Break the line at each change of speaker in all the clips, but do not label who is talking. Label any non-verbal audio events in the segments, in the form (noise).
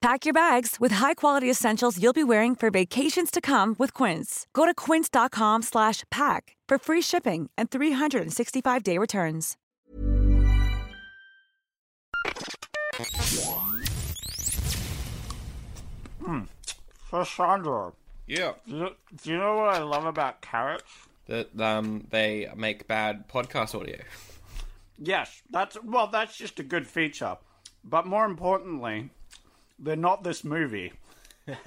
Pack your bags with high-quality essentials you'll be wearing for vacations to come with Quince. Go to quince.com/pack for free shipping and 365-day returns.
So Sandra,
Yeah.
do you, do you know what I love about carrots?
That um they make bad podcast audio.
Yes, that's well, that's just a good feature. But more importantly, they're not this movie.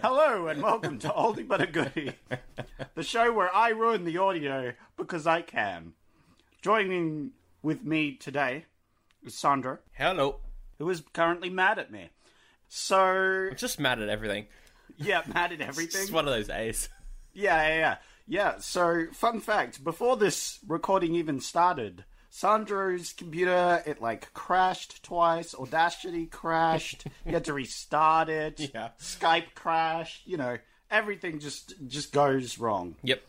Hello and welcome to Oldie But a Goodie, the show where I ruin the audio because I can. Joining with me today is Sandra,
Hello.
who is currently mad at me. So
I'm just mad at everything.
yeah, mad at
(laughs) It's
everything.
one of those days.
Yeah, yeah, yeah. Yeah, so fun fact, before this recording even started, Sandro's computer it like crashed twice, Audacity crashed, you had to restart it,
Yeah.
Skype crashed, you know, everything just just goes wrong.
Yep.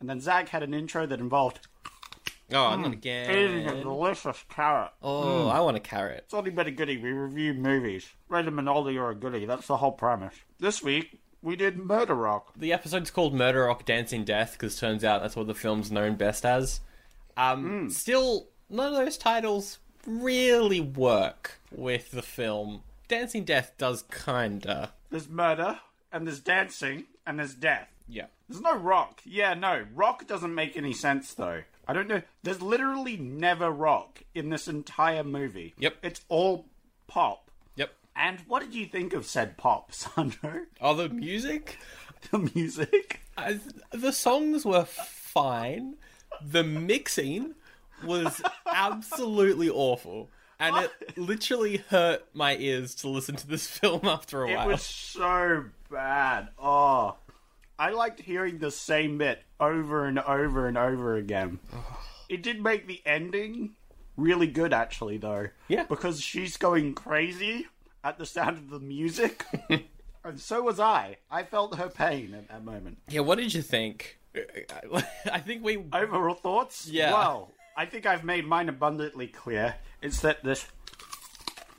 And then Zach had an intro that involved
Oh, not
eating a
again.
delicious carrot.
Oh, I want a carrot.
It's only been a goodie. We review movies. Rate them an oldie or a goodie. That's the whole premise. This week we did Murder Rock.
The episode's called Murder Rock Dancing Death because turns out that's what the film's known best as. Um, Still, none of those titles really work with the film. Dancing Death does kinda.
There's murder and there's dancing and there's death.
Yeah.
There's no rock. Yeah, no. Rock doesn't make any sense, though. I don't know. There's literally never rock in this entire movie.
Yep.
It's all pop.
Yep.
And what did you think of said pop, (laughs) Sandro?
Oh, the music?
The music?
I, the songs were fine. The mixing was absolutely awful. And it literally hurt my ears to listen to this (laughs) film after a
It
while.
was so bad. Oh. I liked hearing the same bit over and over and over again. It did make the ending really good, actually, though.
Yeah.
Because she's going crazy at the sound of the
(laughs)
music. and so was I. I felt her pain at that moment.
Yeah, what did you think? (laughs) I think we.
Overall thoughts?
Yeah.
Well, I think I've made mine abundantly clear. It's that this.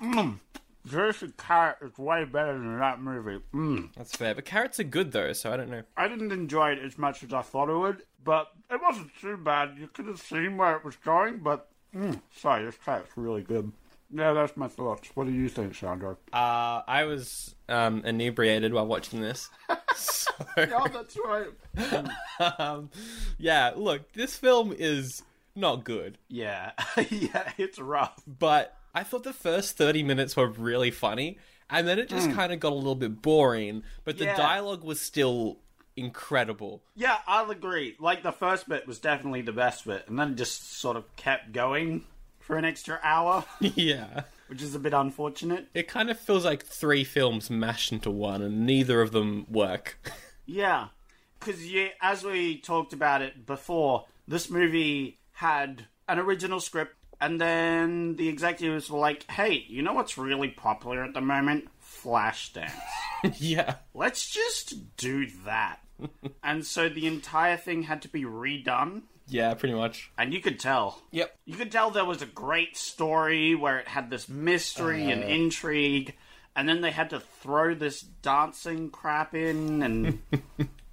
Mm, Jersey Carrot is way better than that movie. Mm.
That's fair, but carrots are good though, so I don't know.
I didn't enjoy it as much as I thought I would, but it wasn't too bad. You could have seen where it was going, but mm, sorry, this track's really good. Yeah, that's my thoughts. What do you think, Sandro?
Uh, I was um, inebriated while watching
(laughs)
this. So,
oh, that's right.
um, yeah, look, this film is not good.
Yeah, (laughs) yeah, it's rough.
but I thought the first 30 minutes were really funny, and then it just kind of got a little bit boring, but the
Yeah.
dialogue was still incredible.
Yeah, I'll agree. Like the first bit was definitely the best bit, and then it just sort of kept going for an extra (laughs) hour,
yeah.
which is a bit unfortunate.
It kind of feels like three films mashed into one, and neither of them work. (laughs)
Yeah, because yeah, as we talked about it before, this movie had an original script, and then the executives were like, "Hey, you know what's really popular at the moment? Flashdance. (laughs)
yeah.
Let's just do that." and so the entire thing had to be redone,
Yeah, pretty much.
and you could tell.
Yep.
You could tell there was a great story where it had this mystery
Uh.
and intrigue, and then they had to throw this dancing crap in,
(laughs)
and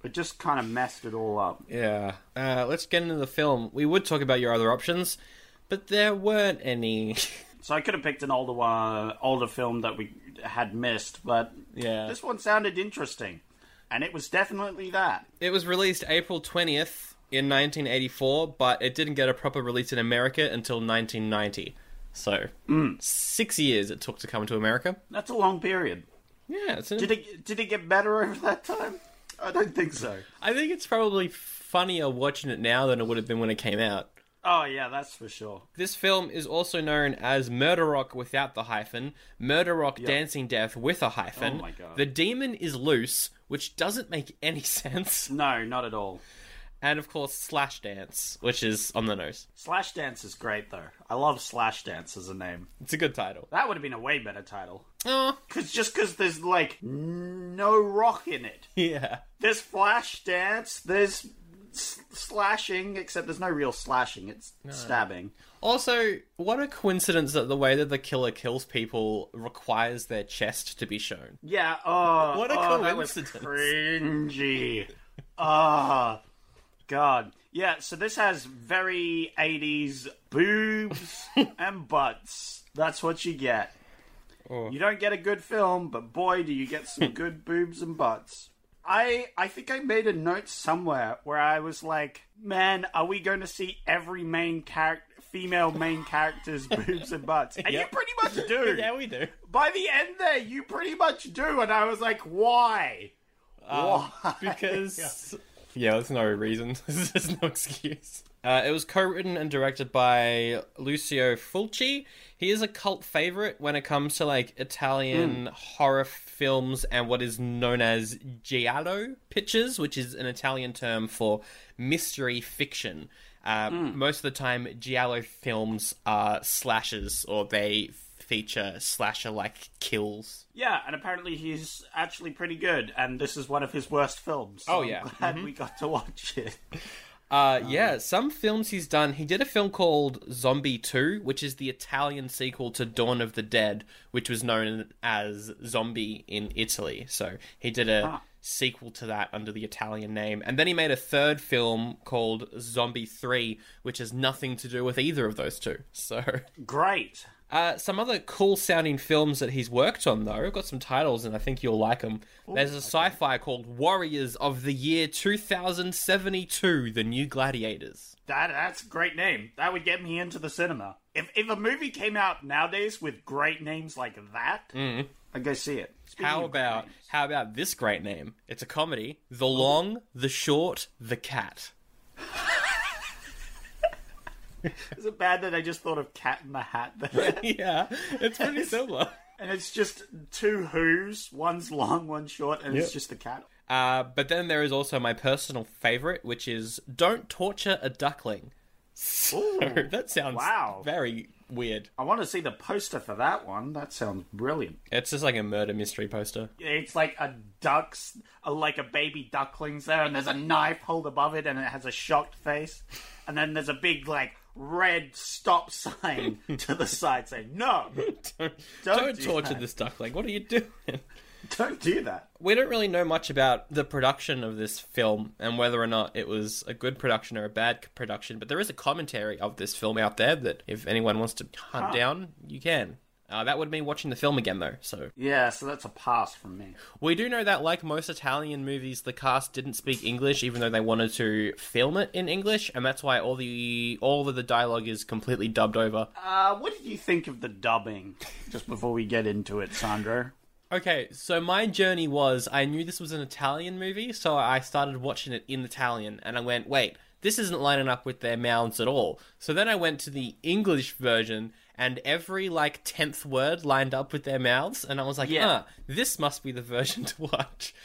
it just kind of messed it all up.
Yeah. Uh, let's get into the film. We would talk about your other options, but there weren't any. (laughs)
So I could have picked an older one, older film that we had missed, but
yeah.
this one sounded interesting, and it was definitely that.
It was released April 20th in 1984, but it didn't get a proper release in America until 1990. So,
Mm.
six years it took to come to America.
That's a long period.
Yeah, it's an,
Did it did it get better over that time? I don't think so.
I think it's probably funnier watching it now than it would have been when it came out.
Oh yeah, that's for sure.
This film is also known as Murder Rock without the hyphen, Murder Rock Dancing Death with a hyphen.
Oh my God.
The demon is loose, which doesn't make any (laughs) sense.
No, not at all.
and of course Slash Dance, which is on the nose.
Slash Dance is great, though. I love Slash Dance as a name.
It's a good title.
That would have been a way better title.
Oh,
Cause just because there's like no rock in it.
(laughs) yeah.
There's flash dance. There's s- slashing, except there's no real slashing. It's stabbing.
Also, what a coincidence that the way that the killer kills people requires their chest to be shown.
Yeah. Oh,
What a
oh, that was
coincidence.
cringy. Ah, God. Yeah. So this has very '80s
(laughs)
boobs and butts. That's what you get.
Oh.
You don't get a good film, but boy, do you get
(laughs)
some good boobs and butts. I I think I made a note somewhere where I was like, "Man, are we going to see every main character, female main
(laughs)
character's boobs and butts?" And
Yep.
you pretty much do.
(laughs) Yeah, we do.
By the end there, you pretty much do, and I was like, "Why?" Why?
(laughs) because yeah, there's no reason. (laughs) there's no excuse. Uh, it was co-written and directed by Lucio Fulci. He is a cult favorite when it comes to like Italian horror films and what is known as giallo pictures, which is an Italian term for mystery fiction. Uh, Most of the time, giallo films are slashes or they feature slasher-like kills.
Yeah, and apparently he's actually pretty good, and this is one of his worst films. so
Oh,
I'm
yeah.
glad we got to watch it.
Uh, yeah, some films he's done. He did a film called Zombie 2, which is the Italian sequel to Dawn of the Dead, which was known as Zombie in Italy. So he did a sequel to that under the Italian name. And then he made a third film called Zombie 3, which has nothing to do with either of those two. So. (laughs)
Great.
Uh, some other cool sounding films that he's worked on, though. I've got some titles, and I think you'll like them. There's a sci fi called Warriors of the Year 2072 The New Gladiators.
That that's a great name. That would get me into the cinema. If if a movie came out nowadays with great names like that, I'd go see it. Speaking
Mm-hmm. How
of great
about
names.
how about this great name? It's a comedy. The Long, The Short, The Cat. (laughs)
Is it bad that I just thought of Cat in the Hat there?
yeah, it's pretty similar.
(laughs) and it's just two who's, one's long, one's short, and it's just the cat.
Uh, but then there is also my personal favorite, which is Don't Torture a Duckling. (laughs) So, that sounds
wow.
very weird.
I want to see the poster for that one. That sounds brilliant.
It's just like a murder mystery poster.
It's like a duck's, a, like a baby duckling's there, and there's a knife held above it, and it has a shocked face, and then there's a big like red stop (laughs) sign to the side saying no,
don't,
Don't
don't
do
torture
that.
this duck. Like, what are you doing? (laughs)
don't do that.
We don't really know much about the production of this film and whether or not it was a good production or a bad c- production, but there is a commentary of this film out there that if anyone wants to hunt down, you can. Uh, that would mean watching the film again, though. So
Yeah, so that's a pass from me.
we do know that, like most Italian movies, the cast didn't speak English, even though they wanted to film it in English, and that's why all the all of the dialogue is completely dubbed over.
Uh, what did you think of the dubbing? Just before we get into it, Sandro.
Okay, so my journey was I knew this was an Italian movie, so I started watching it in Italian, and I went, wait, this isn't lining up with their mouths at all. So then I went to the English version, and every like tenth word lined up with their mouths, and I was like,
Yeah.
ah, this must be the version (laughs) to watch.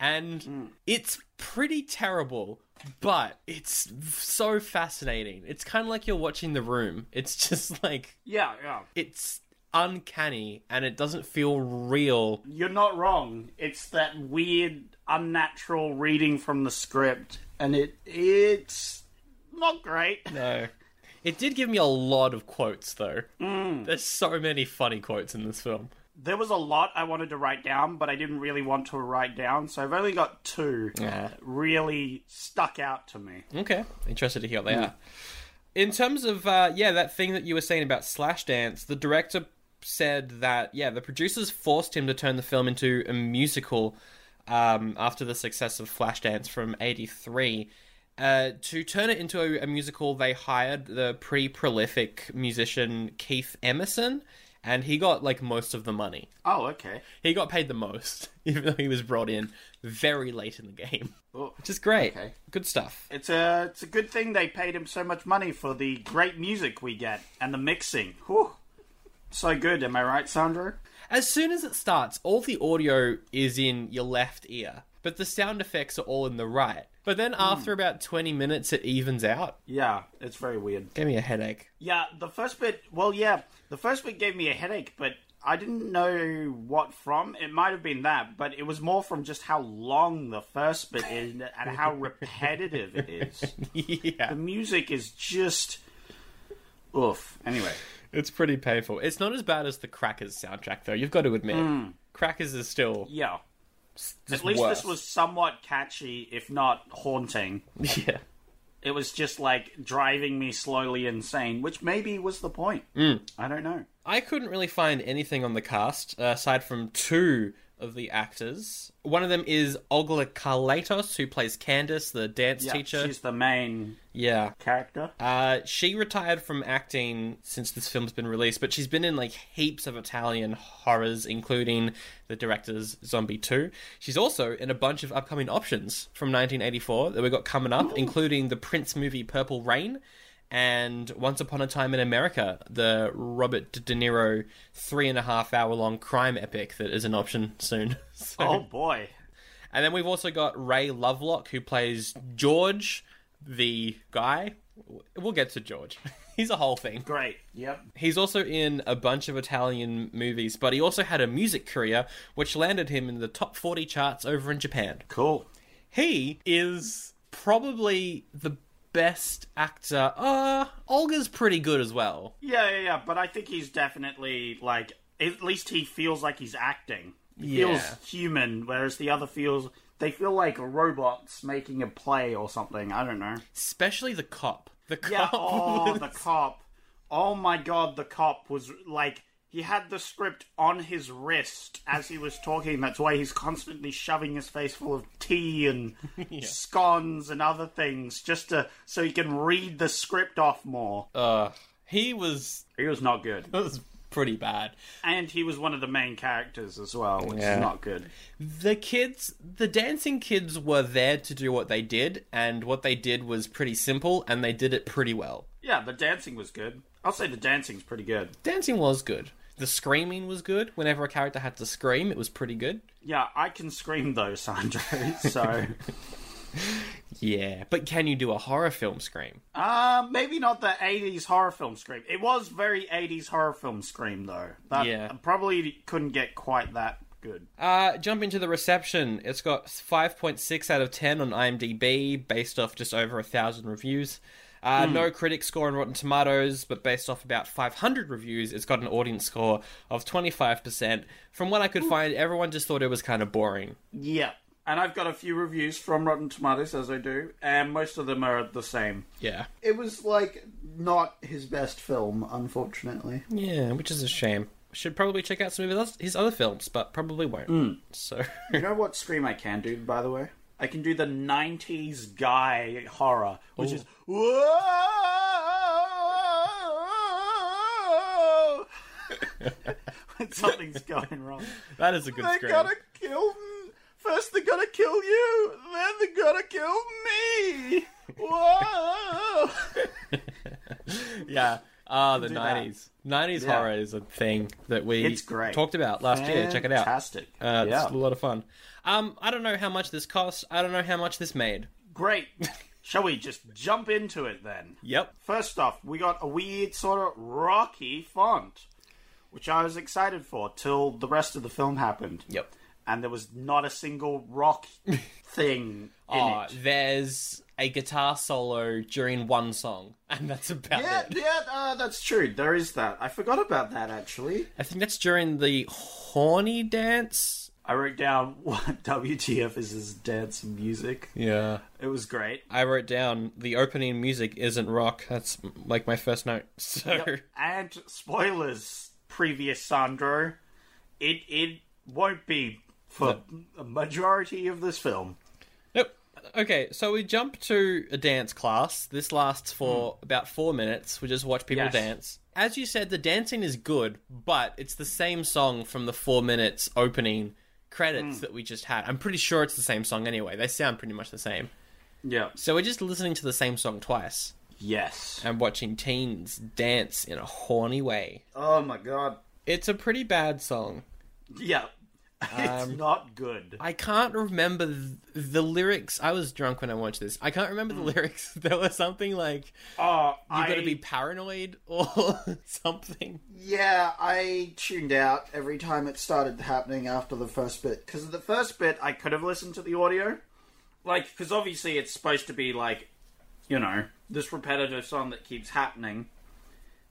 And it's pretty terrible, but it's so fascinating. It's kind of like you're watching The Room. It's (laughs) just like,
Yeah, yeah.
it's uncanny and it doesn't feel real
You're not wrong. It's that weird, unnatural reading from the script, and it it's not great. (laughs)
No. It did give me a lot of quotes, though. There's so many funny quotes in this film.
There was a lot I wanted to write down, but I didn't really want to write down, so I've only got two that really stuck out to me.
Okay, interested to hear what they are. In terms of uh, yeah, that thing that you were saying about Slash Dance, the director said that yeah, the producers forced him to turn the film into a musical um, after the success of Flashdance from '83. Uh, to turn it into a, a musical, they hired the pretty prolific musician Keith Emerson, and he got like most of the money.
Oh, okay.
He got paid the most, (laughs) even though he was brought in very late in the game,
Oh,
which is great.
Okay.
Good stuff.
It's a it's a good thing they paid him so much money for the great music we get and the mixing. Whew. So good, am I right, Sandro?
As soon as it starts, all the audio is in your left ear, but the sound effects are all in the right. But then
Hmm.
after about 20 minutes, it evens out.
Yeah, it's very weird.
Gave me a headache. (laughs)
Yeah, the first bit, well, yeah, the first bit gave me a headache, but I didn't know what from. It might have been that, but it was more from just how long the first bit is and how repetitive it is.
yeah.
The music is just. Oof. Anyway.
It's pretty painful. It's not as bad as the Crackers soundtrack, though. You've got to admit, Crackers is still
Yeah.
just
Hmm. At least
worse.
this was somewhat catchy, if not haunting.
(laughs) yeah.
It was just like driving me slowly insane, which maybe was the point.
Mm.
I don't know.
I couldn't really find anything on the cast uh, aside from two of the actors. One of them is Ogla Carlatos, who plays Candace, the dance
Yeah,
teacher.
she's the main
Yeah.
character.
Uh, she retired from acting since this film's been released, but she's been in like heaps of Italian horrors, including the director's Zombie 2. She's also in a bunch of upcoming options from 1984 that we got coming up, including the Prince movie Purple Rain and Once Upon a Time in America, the Robert De Niro three and a half hour long crime epic that is an option soon. (laughs) So-
oh boy.
and then we've also got Ray Lovelock, who plays George, the guy. We'll get to George. (laughs) He's a whole thing.
Great. Yep.
He's also in a bunch of Italian movies, but he also had a music career, which landed him in the top 40 charts over in Japan.
Cool.
He is probably the best actor. Uh, Olga's pretty good as well.
Yeah, yeah, yeah. But I think he's definitely like at least he feels like he's acting. He
Yeah.
feels human, whereas the other feels they feel like robots making a play or something. I don't know.
Especially the cop. The cop. (laughs)
Yeah. Oh,
was-
the cop. Oh my god, the cop was like he had the script on his wrist as he was talking. That's why he's constantly shoving his face full of tea
(laughs)
and scones and other things just to so he can read the script off more.
Uh. He was,
he was not good.
was pretty bad.
And he was one of the main characters as well, which
Yeah.
is not good.
The kids, the dancing kids were there to do what they did, and what they did was pretty simple, and they did it pretty well.
Yeah, the dancing was good. I'll say the dancing's pretty good.
Dancing was good. The screaming was good. Whenever a character had to scream, it was pretty good.
Yeah, I can scream though, Sandro. (laughs) So,
Yeah, but can you do a horror film scream?
uh, maybe not the '80s horror film scream. It was very '80s horror film scream though. That
Yeah.
probably couldn't get quite that good.
Uh, jump into the reception. It's got 5.6 out of 10 on IMDb, based off just over a thousand reviews. Uh,
Hmm.
No critic score on Rotten Tomatoes, but based off about 500 reviews, it's got an audience score of 25%. From what I
Hmm.
could find, everyone just thought it was kind of boring.
Yeah, and I've got a few reviews from Rotten Tomatoes as I do, and most of them are the same.
Yeah.
It was like not his best film, unfortunately.
Yeah, which is a shame. Should probably check out some of his- his other films, but probably won't.
Hmm.
So.
You know what scream I can do, by the way? I can do the 90s guy horror, which is. Whoa! (laughs) when something's going wrong.
That is a (laughs) good
They
scream.
gotta kill. m- First they gotta kill you, then they gotta kill me! (laughs) Whoa!
Yeah. Ah, the
that.
nineties. Nineties
Yeah.
horror is a thing that we
It's great.
talked about last year. Check it out.
Fantastic.
Uh,
Yeah.
It's a lot of fun. Um, I don't know how much this cost. I don't know how much this made.
Great. Shall we just jump into it then?
Yep.
First off, we got a weird sort of rocky font, which I was excited for till the rest of the film happened.
Yep.
And there was not a single rock thing in
Oh,
it.
there's a guitar solo during one song, (laughs) and that's about
Yeah,
it.
yeah, uh, that's true. There is that. I forgot about that actually.
I think that's during the horny dance.
I wrote down (laughs) what WTF is this dance music.
Yeah.
It was great.
I wrote down the opening music isn't rock. That's like my first note. (laughs) So
And spoilers, previous Sandro, it it won't be for a majority of this film.
Yep. Okay, so we jump to a dance class. This lasts for about four minutes. We just watch people
Yes.
dance. As you said, the dancing is good, but it's the same song from the four minutes opening credits that we just had. I'm pretty sure it's the same song anyway. They sound pretty much the same.
Yeah.
So we're just listening to the same song twice
Yes.
and watching teens dance in a horny way.
Oh my god.
It's a pretty bad song.
Yeah. (laughs) it's
Um,
not good.
I can't remember th- the lyrics. I was drunk when I watched this. I can't remember the lyrics. (laughs) There was something like
Oh,
you
I
got to be paranoid (laughs) or something.
Yeah, I tuned out every time it started happening after the first bit. Because the first bit, I could have listened to the audio. Like, because obviously it's supposed to be like, you know, this repetitive song that keeps happening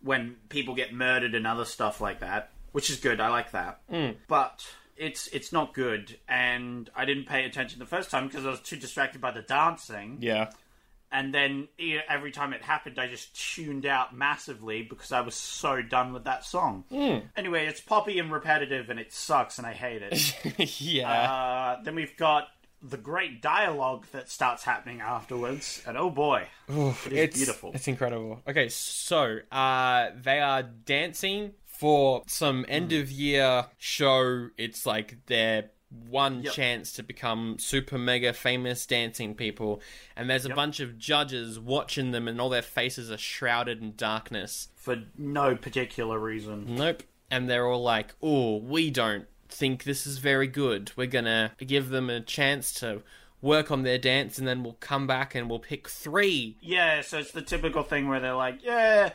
when people get murdered and other stuff like that, which is good. I like that.
Mm.
But it's it's not good, and I didn't pay attention the first time because I was too distracted by the dancing
Yeah. (laughs)
and then e- every time it happened, I just tuned out massively because I was so done with that song.
Hmm.
Anyway, it's poppy and repetitive, and it sucks, and I hate it.
(laughs) yeah.
uh, then we've got the great dialogue that starts happening afterwards, and oh boy, it is beautiful.
It's incredible. Okay, so uh, they are dancing for some
Hmm.
end of year show. It's like their one chance to become super mega famous dancing people, and there's a bunch of judges watching them, and all their faces are shrouded in darkness.
for no particular reason.
Nope. And they're all like, oh, we don't think this is very good. We're going to give them a chance to work on their dance and then we'll come back and we'll pick three.
Yeah, so it's the typical thing where they're like, yeah,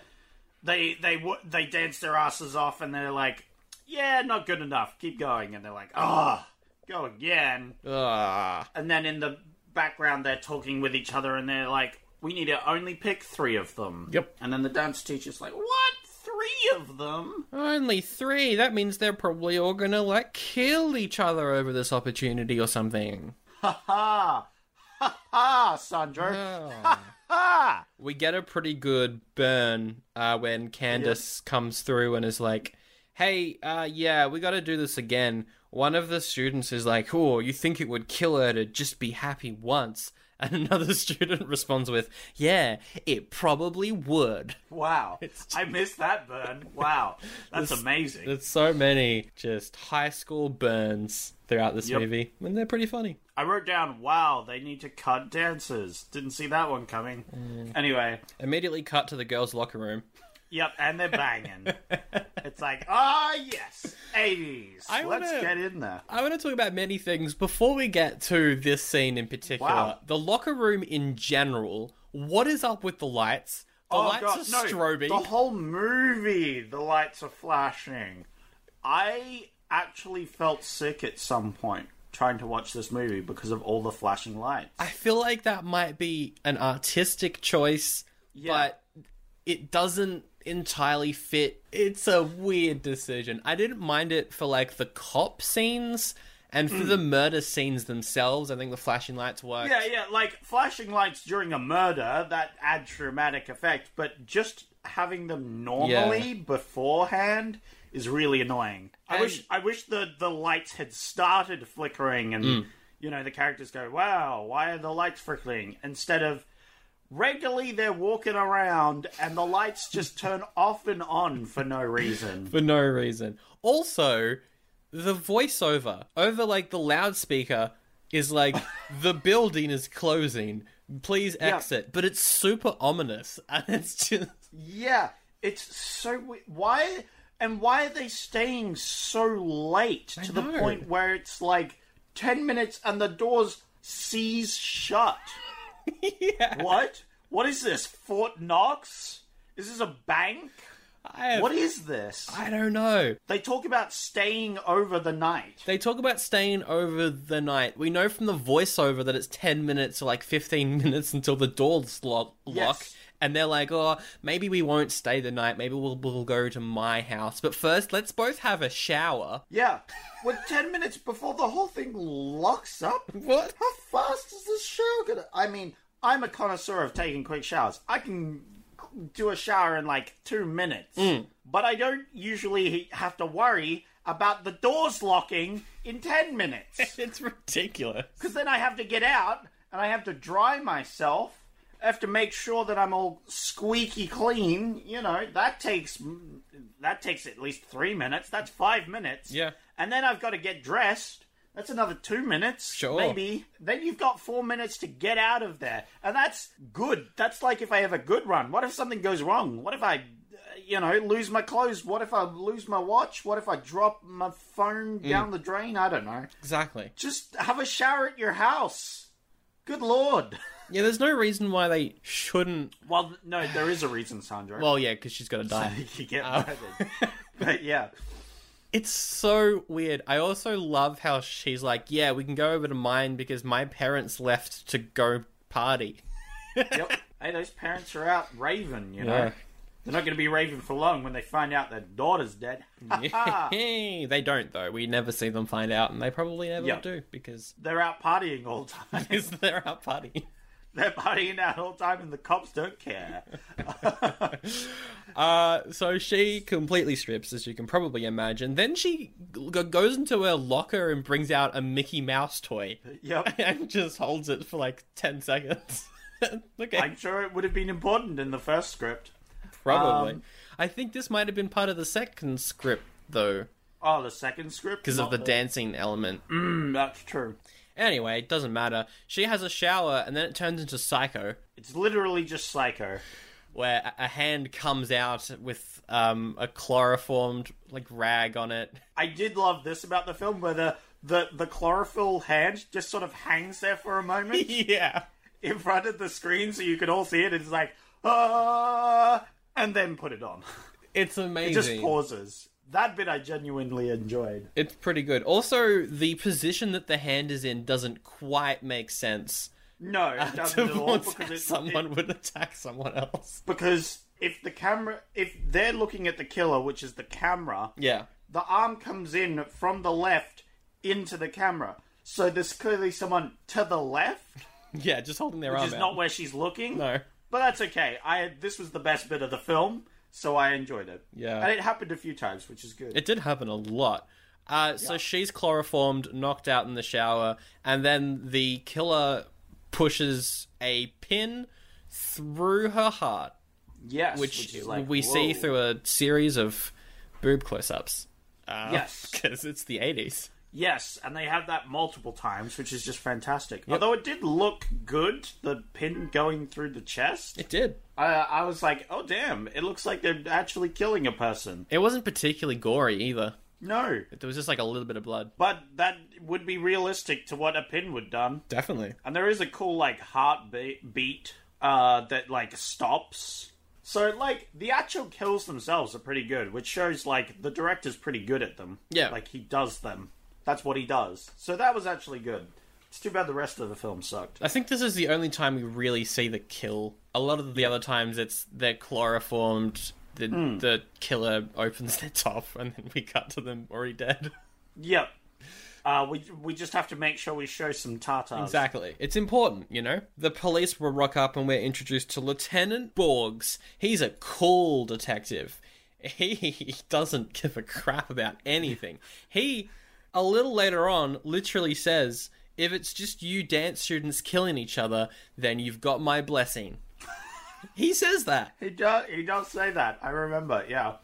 they they w- they dance their asses off, and they're like, yeah, not good enough. Keep going, and they're like, ah, go again.
Ah.
and then in the background they're talking with each other and they're like we need to only pick three of them
Yep.
and then the dance teacher's like what three of them (laughs)
Only three. That means they're probably all going to like kill each other over this opportunity or something.
ha ha ha
(laughs)
sandro ha
We get a pretty good burn uh, when Candace comes through and is like, hey, uh, yeah, we got to do this again. One of the students is like, oh, you think it would kill her to just be happy once? (laughs) And another student (laughs) responds with, yeah, it probably would. (laughs)
wow i missed that burn wow that's
This-
amazing
There's so many just high school burns throughout this
Yep.
movie, and they're pretty funny.
i wrote down wow they need to cut dances didn't see that one coming
Mm.
anyway
Immediately cut to the girls' locker room.
yep and they're banging
(laughs)
it's like ah yes 80s
I
let's
wanna-
get in there
I want to talk about many things before we get to this scene in particular.
Wow.
The locker room in general. What is up with the lights? The lights are strobing.
Oh, The whole movie, the lights are flashing. I actually felt sick at some point trying to watch this movie because of all the flashing lights.
I feel like that might be an artistic choice, but it doesn't entirely fit. It's a weird decision. I didn't mind it for like the cop scenes and for the murder scenes themselves. I think the flashing lights work.
Hmm. yeah, yeah, like flashing lights during a murder that adds dramatic effect, but just having them normally beforehand is really annoying. I wish
And-
I wish the the lights had started flickering and you know the characters go, "Wow, why are the lights flickering?" instead of regularly they're walking around and the lights just turn off and on for no reason.
for no reason. Also, the voiceover over like the loudspeaker
(laughs)
is like the building is closing. Please exit, but it's super ominous, (laughs) and it's just
Yeah, it's so we- why and why are they staying so late to the
know.
point where it's like ten minutes and the doors seize
(laughs)
shut? yeah. What? What is this? Fort Knox? Is this a bank?
(laughs) I have,
What is this?
I don't know.
They talk about staying over the night.
They talk about staying over the night. We know from the voiceover that it's ten minutes or like fifteen (laughs) minutes until the doors lock. lock.
Yes.
And they're like, oh, maybe we won't stay the night. Maybe we'll, we'll go to my house. But first, let's both have a shower.
Yeah, with ten minutes before the whole thing locks up.
What?
How fast is this shower gonna? I mean, I'm a connoisseur of taking quick showers. I can do a shower in like two minutes, but I don't usually have to worry about the doors locking in ten minutes
(laughs) It's ridiculous.
because then I have to get out and I have to dry myself. I have to make sure that I'm all squeaky clean. You know that takes that takes at least three minutes. That's five minutes.
Yeah.
and then I've got to get dressed. That's another two minutes,
Sure.
maybe. Then you've got four minutes to get out of there, and that's good. That's like if I have a good run. What if something goes wrong? What if I you know, lose my clothes? What if I lose my watch? What if I drop my phone
Mm.
down the drain? I don't know.
Exactly.
Just have a shower at your house. Good lord.
Yeah, there's no reason why they shouldn't.
Well, no, there is a reason, Sandra.
Well, yeah, because she's got to die.
(laughs) you get that. but yeah,
It's so weird. I also love how she's like, yeah, we can go over to mine because my parents left to go party.
yep. Hey, those parents are out raving. You know, they're not going to be raving for long when they find out their daughter's dead.
(laughs) they don't though. We never see them find out, and they probably never
Yeah.
do because
(laughs)
(laughs)
they're out partying all the time. (laughs)
because they're out partying.
They're partying out all the time, and the cops don't care.
(laughs) Uh, so she completely strips, as you can probably imagine. Then she g- goes into her locker and brings out a Mickey Mouse toy (laughs)
Yep. (laughs)
and just holds it for like ten seconds. (laughs) okay,
I'm sure it would have been important in the first script.
probably. Um, I think this might have been part of the second script though,
Oh, the second script
because of the
Not
dancing element.
Mm, that's true.
Anyway, it doesn't matter. She has a shower, and then it turns into Psycho.
It's literally just Psycho.
where a a hand comes out with um, a chloroformed like rag on it. (laughs)
I did love this about the film, where the the, the chlorophyll hand just sort of hangs there for a moment (laughs)
Yeah,
in front of the screen, so you can all see it. It's like, uh, and then put it on.
it's
It just
amazing.
pauses. That bit I genuinely enjoyed.
it's pretty good. Also, the position that the hand is in doesn't quite make sense.
No, it doesn't at all
Towards
because
how
it,
someone
it-
would attack someone else.
because if the camera, if they're looking at the killer, which is the camera,
Yeah,
the arm comes in from the left into the camera. So there's clearly someone to the left,
yeah, just holding their
which
arm
is
out.
not where she's looking.
no,
But that's okay. I this was the best bit of the film, so I enjoyed it.
Yeah.
and it happened a few times, which is good.
it did happen a lot. Uh, So she's chloroformed, knocked out in the shower, and then the killer pushes a pin through her heart.
yes,
which,
is like,
we see
whoa.
through a series of boob close-ups (laughs)
yes,
because it's the 80s
yes, and they have that multiple times, which is just fantastic. Although it did look good, the pin going through the chest.
it did
I, I was like, oh damn! It looks like they're actually killing a person.
it wasn't particularly gory either
No,
there was just like a little bit of blood
but that would be realistic to what a pin would done.
definitely
And there is a cool like heartbeat beat uh, that like stops. So like the actual kills themselves are pretty good, which shows like the director's pretty good at them.
Yeah.
like he does them. That's what he does. So that was actually good. It's too bad the rest of the film sucked.
i think this is the only time we really see the kill a lot of the other times it's they're chloroformed the, the killer opens their top and then we cut to them already dead (laughs)
Yep. Uh, we we just have to make sure we show some tartars.
Exactly. It's important, you know? The police will rock up and we're introduced to Lieutenant Borgs. He's a cool detective. (laughs) He doesn't give a crap about anything. He, a little later on, literally says if it's just you dance students killing each other, then you've got my blessing. (laughs) he says that.
He does he does say that. I remember. Yeah.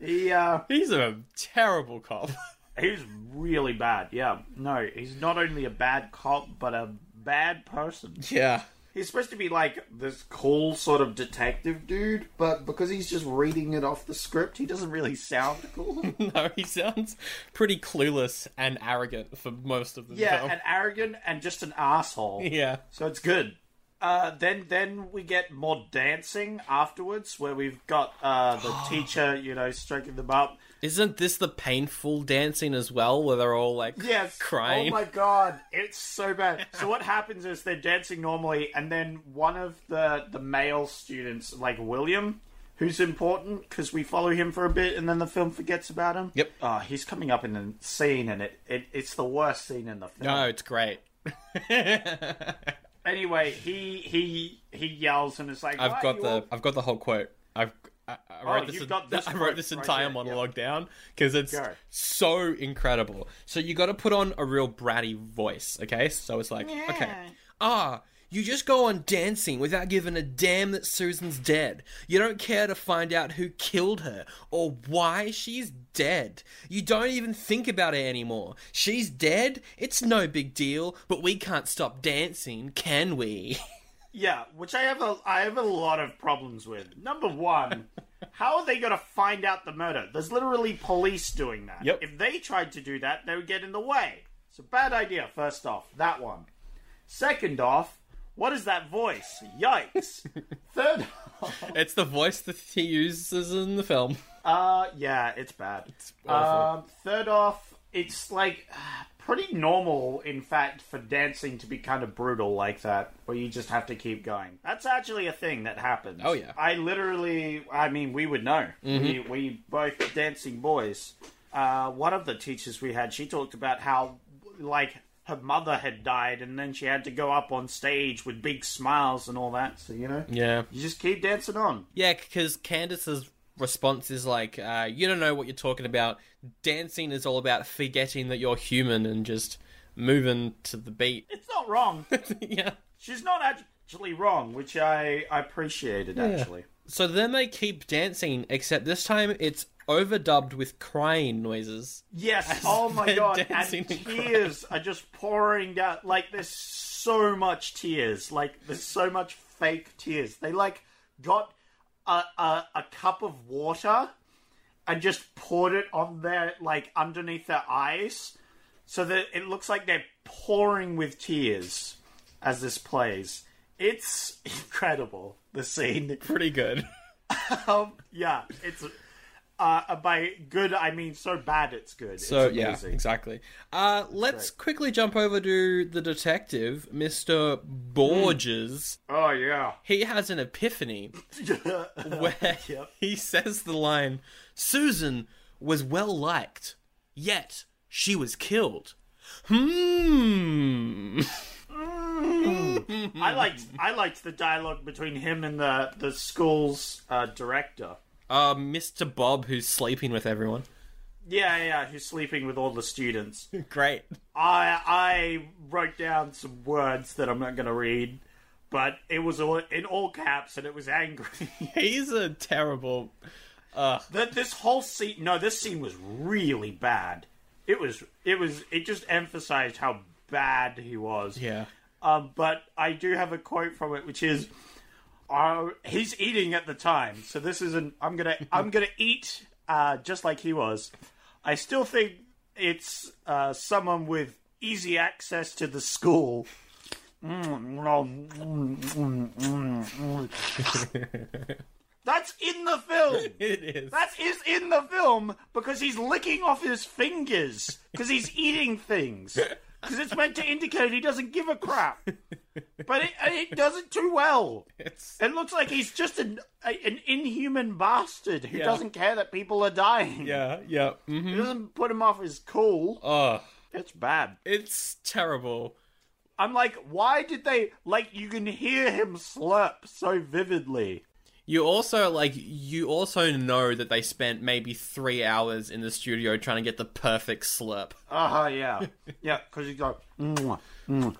He uh
He's a terrible cop.
he's really bad. Yeah. No, he's not only a bad cop but a bad person.
yeah.
He's supposed to be like this cool sort of detective dude, but because he's just reading it off the script, he doesn't really sound cool.
(laughs) (laughs) No, he sounds pretty clueless and arrogant for most of the
yeah,
film.
and arrogant and just an asshole.
yeah.
So it's good. Uh, then then we get more dancing afterwards, where we've got uh, (gasps) the teacher, you know, stroking them up.
Isn't this the painful dancing as well, where they're all like
Yes.
crying?
Oh
(laughs)
my god, it's so bad. So what happens is they're dancing normally, and then one of the the male students, like William, who's important because we follow him for a bit, and then the film forgets about him.
Yep.
Uh, he's coming up in the scene, and it, it it's the worst scene in the film.
No, Oh, it's great.
Anyway, he he he yells and is like, "Why
I've
are
got
you
the
all-" Oh,
I've got the whole quote. I've I, I wrote
you've
this, en-
got this
(laughs) I
quote
wrote this
right
entire
there, yeah.
monologue down 'cause down because it's
Go.
so incredible. So you got to put on a real bratty voice, okay? So it's like, okay, ah. You just go on dancing without giving a damn that Susan's dead. You don't care to find out who killed her or why she's dead. You don't even think about her anymore. She's dead? It's no big deal, but we can't stop dancing, can we? (laughs)
Yeah, which I have a I have a lot of problems with. Number one, How are they going to find out the murder? There's literally police doing that.
Yep.
If they tried to do that, they would get in the way. It's a bad idea, first off. That one. Second off, what is that voice? Yikes. Third (laughs) off,
It's the voice that he uses in the film.
uh, yeah, it's bad. It's
awful.
Um, third off, it's like pretty normal, in fact, for dancing to be kind of brutal like that, where you just have to keep going. That's actually a thing that happens.
Oh, yeah. Mm-hmm.
I literally, I mean, we would know. We, we both dancing boys. Uh, one of the teachers we had, she talked about how, like, her mother had died, and then she had to go up on stage with big smiles and all that. So you know,
Yeah.
you just keep dancing on.
Yeah, because Candace's response is like, uh, you don't know what you're talking about. Dancing is all about forgetting that you're human and just moving to the beat.
It's not wrong.
(laughs) yeah.
She's not actually wrong, which I, I appreciated actually.
So then they keep dancing, except this time it's overdubbed with crying noises.
Yes. Oh my
(laughs) they're
god.
dancing
And
and crying.
tears are just pouring down. Like there's so much tears. Like there's so much fake tears. They like got a a, a cup of water and just poured it on their like underneath their eyes, so that it looks like they're pouring with tears as this plays. It's (laughs) incredible. The scene.
Pretty good.
Um, yeah, it's uh, by good I mean so bad it's good.
(laughs) So
it's
yeah,
amazing.
exactly. Uh, let's quickly jump over to the detective, Mr. Borges.
Oh yeah.
He has an epiphany where he says the line, "Susan was well liked, yet she was killed." Hmm. (laughs)
I liked I liked the dialogue between him and the the school's uh, director.
Uh, Mr. Bob, who's sleeping with everyone.
Yeah, yeah, who's sleeping with all the students.
Great.
I I wrote down some words that I'm not going to read, but it was all in all caps and it was angry. (laughs)
He's a terrible.
That this whole scene, no, this scene was really bad. It was, it was, it just emphasized how bad he was.
Yeah.
Um, but I do have a quote from it, which is, uh, "He's eating at the time, so this isn't. I'm gonna, I'm gonna eat, uh, just like he was. I still think it's uh, someone with easy access to the school." That's in the film.
It is.
That is in the film because he's licking off his fingers because he's eating things. Because it's meant to indicate he doesn't give a crap. But it, and it does it too well.
It's-
It looks like he's just an, a, an inhuman bastard who doesn't care that people are dying.
Yeah. Yeah. Mm-hmm.
It doesn't put him off as cool.
Oh,
It's bad.
it's terrible.
I'm like, why did they. Like, you can hear him slurp so vividly.
You also like you also know that they spent maybe three hours in the studio trying to get the perfect slurp.
Uh huh, yeah. (laughs) yeah, because he's like. "Mwah, mwah,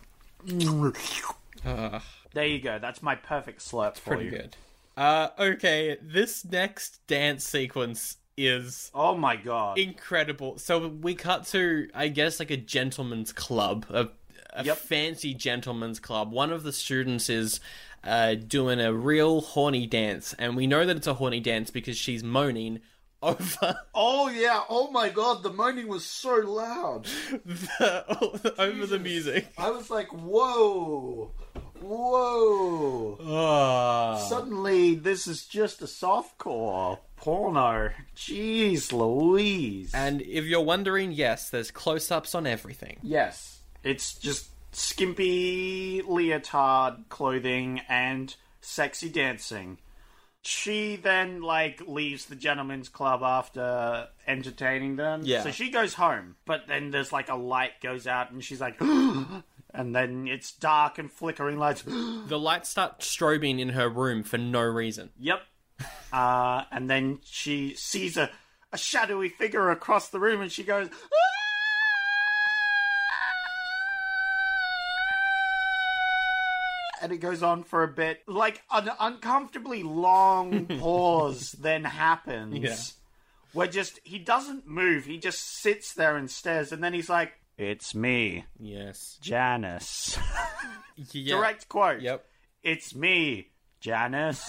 mwah." There you go. That's my perfect slurp for
Uh-huh. Pretty
you.
good. Uh, okay, this next dance sequence is
Oh my god.
incredible. So we cut to I guess like a gentleman's club, a, a
Yep.
fancy gentleman's club. One of the students is uh, doing a real horny dance, and we know that it's a horny dance because she's moaning (laughs) over
oh yeah. Oh my god. The moaning was so loud.
the, over the music.
I was like, whoa, whoa.
Ah.
(laughs) Suddenly, this is just a softcore porno. Jeez, Louise.
And if you're wondering, yes, there's close ups on everything.
Yes. It's just skimpy leotard clothing and sexy dancing. She then like leaves the gentleman's club after entertaining them.
Yeah.
So she goes home, but then there's like a light goes out and she's like (gasps) and then it's dark and flickering lights.
The lights start strobing in her room for no reason.
yep. Uh and then she sees a a shadowy figure across the room and she goes "Ah!" and it goes on for a bit. Like an uncomfortably
(laughs)
long pause then happens.
Yeah.
Where just he doesn't move, he just sits there and stares, and then he's like, It's me,
Yes.
Janice.
Yeah.
Direct quote.
Yep.
It's me, Janice.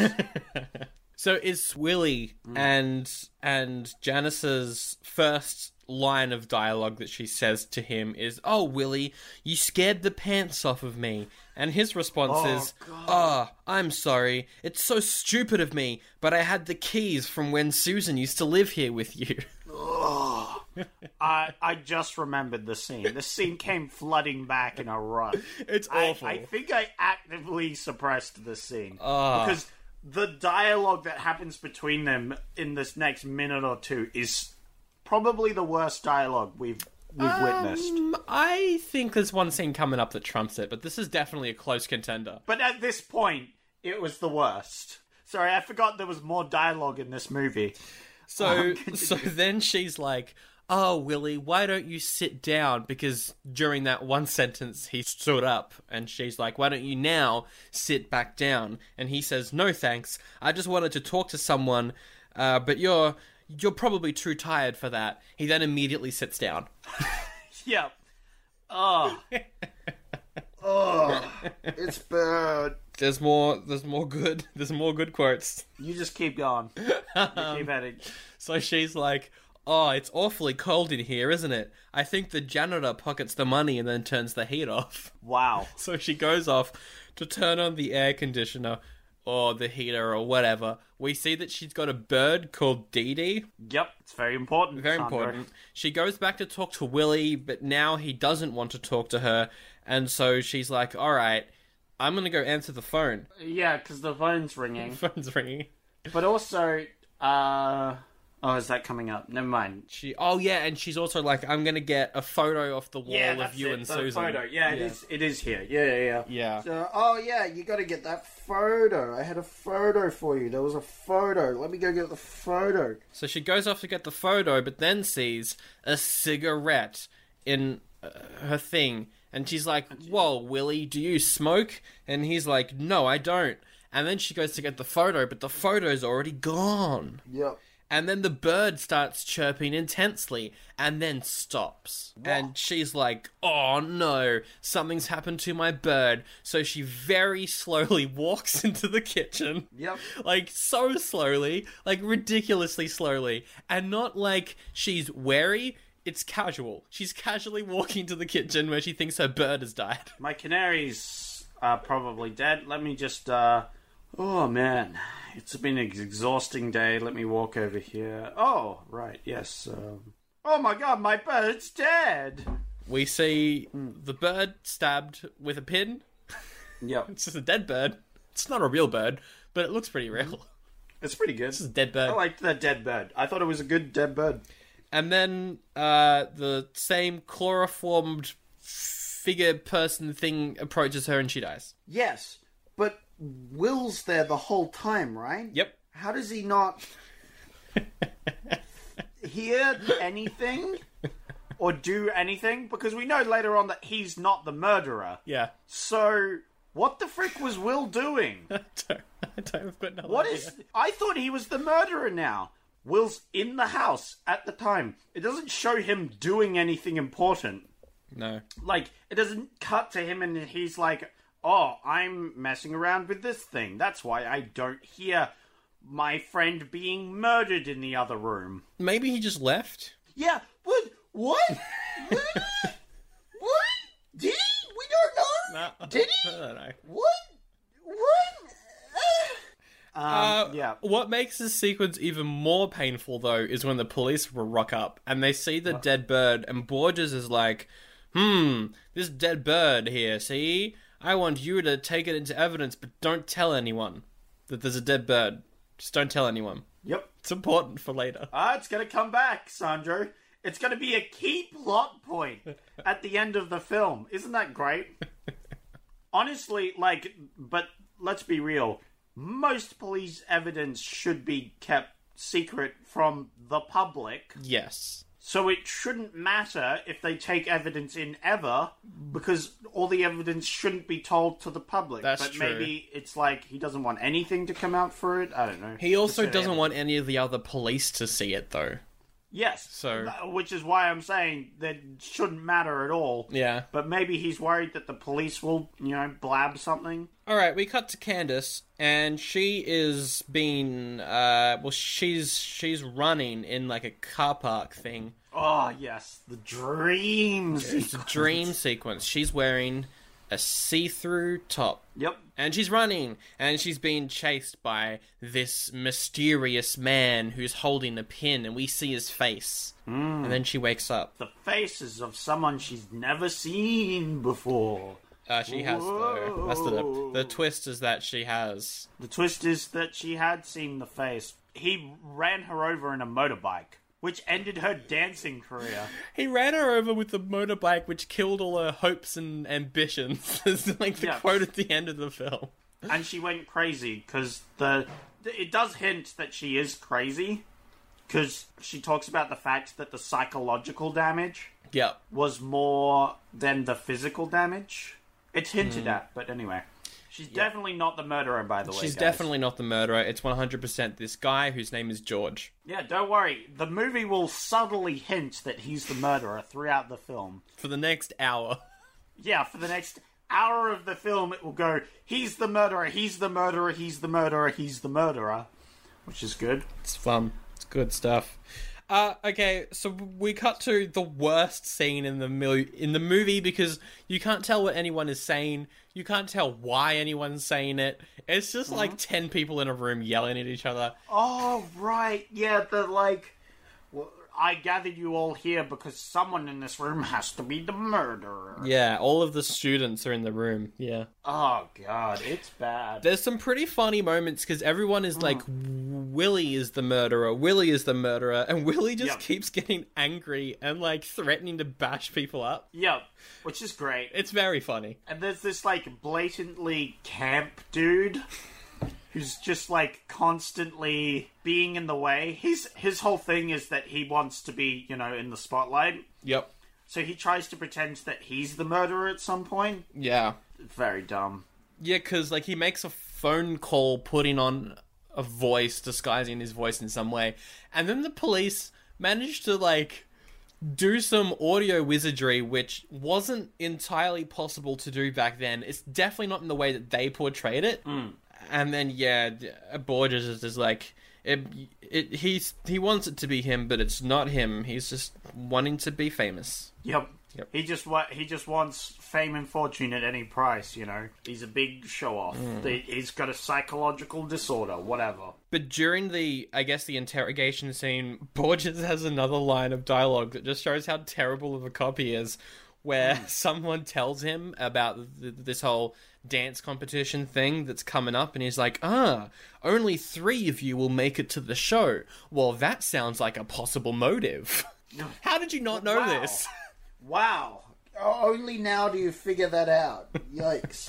So is Willy and and Janice's first line of dialogue that she says to him is, "Oh Willy, you scared the pants off of me." And his response is, "Oh, I'm sorry. It's so stupid of me, but I had the keys from when Susan used to live here with you." (laughs)
I I just remembered the scene. The
(laughs)
scene came flooding back in a rush.
It's
I-
(laughs) awful.
I, think I actively suppressed the scene
Ah.
because the dialogue that happens between them in this next minute or two is probably the worst dialogue we've we've witnessed.
Um, I think there's one scene coming up that trumps it, but this is definitely a close contender.
But at this point, it was the worst. Sorry, I forgot there was more dialogue in this movie.
(laughs) So so then she's like, "Oh, Willie, why don't you sit down?" Because during that one sentence he stood up, and she's like, "Why don't you now sit back down?" And he says, "No, thanks. I just wanted to talk to someone, uh, but you're you're probably too tired for that." He then immediately sits down.
Yeah.
(laughs)
Oh. oh. It's bad.
There's more. There's more good. (laughs) There's more good quotes.
You just keep going.
(laughs)
You
Um,
keep heading.
So she's like, "Oh, it's awfully cold in here, isn't it? I think the janitor pockets the money and then turns the heat off."
Wow.
So she goes off to turn on the air conditioner or the heater or whatever. We see that she's got a bird called Dee Dee.
Yep. It's very important.
Very
Sandra.
important. She goes back to talk to Willie, but now he doesn't want to talk to her. And so she's like, all right, I'm going to go answer the phone. (laughs)
Yeah, because the phone's ringing.
Phone's ringing.
But also, uh. Oh, is that coming up? Never mind.
She, oh yeah, and she's also like, I'm gonna get a photo off the wall
Yeah,
of
that's
you
it,
and
the
Susan.
Photo. Yeah, it is. It is here. Yeah, yeah, yeah.
Yeah.
So, oh yeah, you got to get that photo. I had a photo for you. There was a photo. Let me go get the photo.
So she goes off to get the photo, but then sees a cigarette in uh, her thing. And she's like, Whoa, Willie, do you smoke? And he's like, No, I don't. And then she goes to get the photo, but the photo's already gone.
Yep.
And then the bird starts chirping intensely and then stops. And she's like, oh no, something's happened to my bird. So she very (laughs) slowly walks (laughs) into the kitchen.
Yep.
Like, so slowly, like ridiculously slowly. And not like she's wary, it's casual. She's casually walking to the kitchen where she thinks her bird has died.
My canaries are probably dead. Let me just. uh... Oh man, it's been an exhausting day. Let me walk over here. Oh right, yes. Um... Oh my god, my bird's dead.
We see the bird stabbed with a pin.
Yep.
It's just a dead bird. It's not a real bird, but it looks pretty real.
It's pretty good.
It's a dead bird.
Oh, I liked that dead bird. I thought it was a good dead bird.
And then uh, the same chloroformed figure person thing approaches her and she dies.
Yes, but Will's there the whole time, right?
Yep.
How does he not?
(laughs) hear anything or do anything because we know later on that he's not the murderer.
Yeah. (laughs)
So what the frick was Will doing?
I don't, I don't have got no
What
idea.
is I thought he was the murderer now. Will's in the house at the time. It doesn't show him doing anything important.
No.
Like it doesn't cut to him and he's like, "Oh, I'm messing around with this thing. That's why I don't hear my friend being murdered in the other room."
Maybe he just left.
Yeah, what? What? Really? what? Did he? We don't know.
Did he? (laughs) I don't know.
What? What?
Uh,
Um, yeah.
What makes this sequence even more painful, though, is when the police r- rock up and they see the dead bird, and Borges is like, hmm, this dead bird here, see? I want you to take it into evidence, but don't tell anyone that there's a dead bird. Just don't tell anyone.
Yep.
It's important for later.
Ah, it's gonna come back, Sandro. It's gonna be a key plot point at the end of the film. Isn't that great?
(laughs)
Honestly, like, but let's be real. Most police evidence should be kept secret from the public.
Yes.
So it shouldn't matter if they take evidence in ever because all the evidence shouldn't be told to the public.
That's
but
true.
maybe it's like he doesn't want anything to come out for it. I don't know.
He also doesn't want any of the other police to see it, though.
Yes.
So-
Th- which is why I'm saying that shouldn't matter at all.
Yeah.
But maybe he's worried that the police will, you know, blab something.
All right, we cut to Candace, and she is being uh, well, she's she's running in like a car park thing.
Oh yes, the dreams.
(laughs) It's a dream sequence. She's wearing a see-through top,
Yep.
and she's running, and she's being chased by this mysterious man who's holding a pin, and we see his face, and then she wakes up.
The faces of someone she's never seen before.
Uh, she has though. That's the the twist is that she has.
The twist is that she had seen the face. He ran her over in a motorbike, which ended her dancing career.
He ran her over with the motorbike, which killed all her hopes and ambitions. (laughs) Is like the
Yeah.
quote at the end of the film.
and she went crazy because the it does hint that she is crazy because she talks about the fact that the psychological damage
Yep.
was more than the physical damage. It's hinted
Hmm.
at, but anyway, she's definitely not the murderer. By the way,
She's
guys.
definitely not the murderer. It's 100% this guy whose name is George.
yeah. Don't worry, the movie will subtly hint that he's the murderer throughout the film.
For the next hour.
Yeah, for the next hour of the film, it will go, he's the murderer, he's the murderer, he's the murderer, he's the murderer, which is good.
It's fun. It's good stuff. Uh, okay, so we cut to the worst scene in the mil- in the movie because you can't tell what anyone is saying. You can't tell why anyone's saying it. It's just
Mm-hmm.
like ten people in a room yelling at each other.
Oh, right. Yeah, the like. Well, I gathered you all here because someone in this room has to be the murderer.
Yeah, all of the students are in the room. Yeah.
Oh, God. It's bad.
There's some pretty funny moments because everyone is like, Willie is the murderer, Willie is the murderer, and (laughs) Willie just
Yep.
keeps getting angry and like threatening to bash people up.
Yep. Which is great.
It's very funny.
And there's this, like, blatantly camp dude who's just, like, constantly being in the way. His, his whole thing is that he wants to be, you know, in the spotlight.
Yep.
So he tries to pretend that he's the murderer at some point.
Yeah.
Very dumb.
Yeah, because like he makes a phone call putting on a voice, disguising his voice in some way, and then the police manage to like do some audio wizardry which wasn't entirely possible to do back then. It's definitely not in the way that they portrayed it. And then yeah, d- uh, Borges is just like it, it he's he wants it to be him, but it's not him. He's just wanting to be famous.
Yep.
Yep.
He just wa- he just wants fame and fortune at any price. You know, he's a big show off. He's got a psychological disorder, whatever.
But during the, I guess, the interrogation scene, (laughs) Borges has another line of dialogue that just shows how terrible of a cop he is, where
Mm.
(laughs) someone tells him about th- this whole dance competition thing that's coming up, and he's like, ah, only three of you will make it to the show. Well, that sounds like a possible motive. (laughs) how did you not know
Wow.
this? (laughs)
Wow. Only now do you figure that
(laughs)
out. Yikes.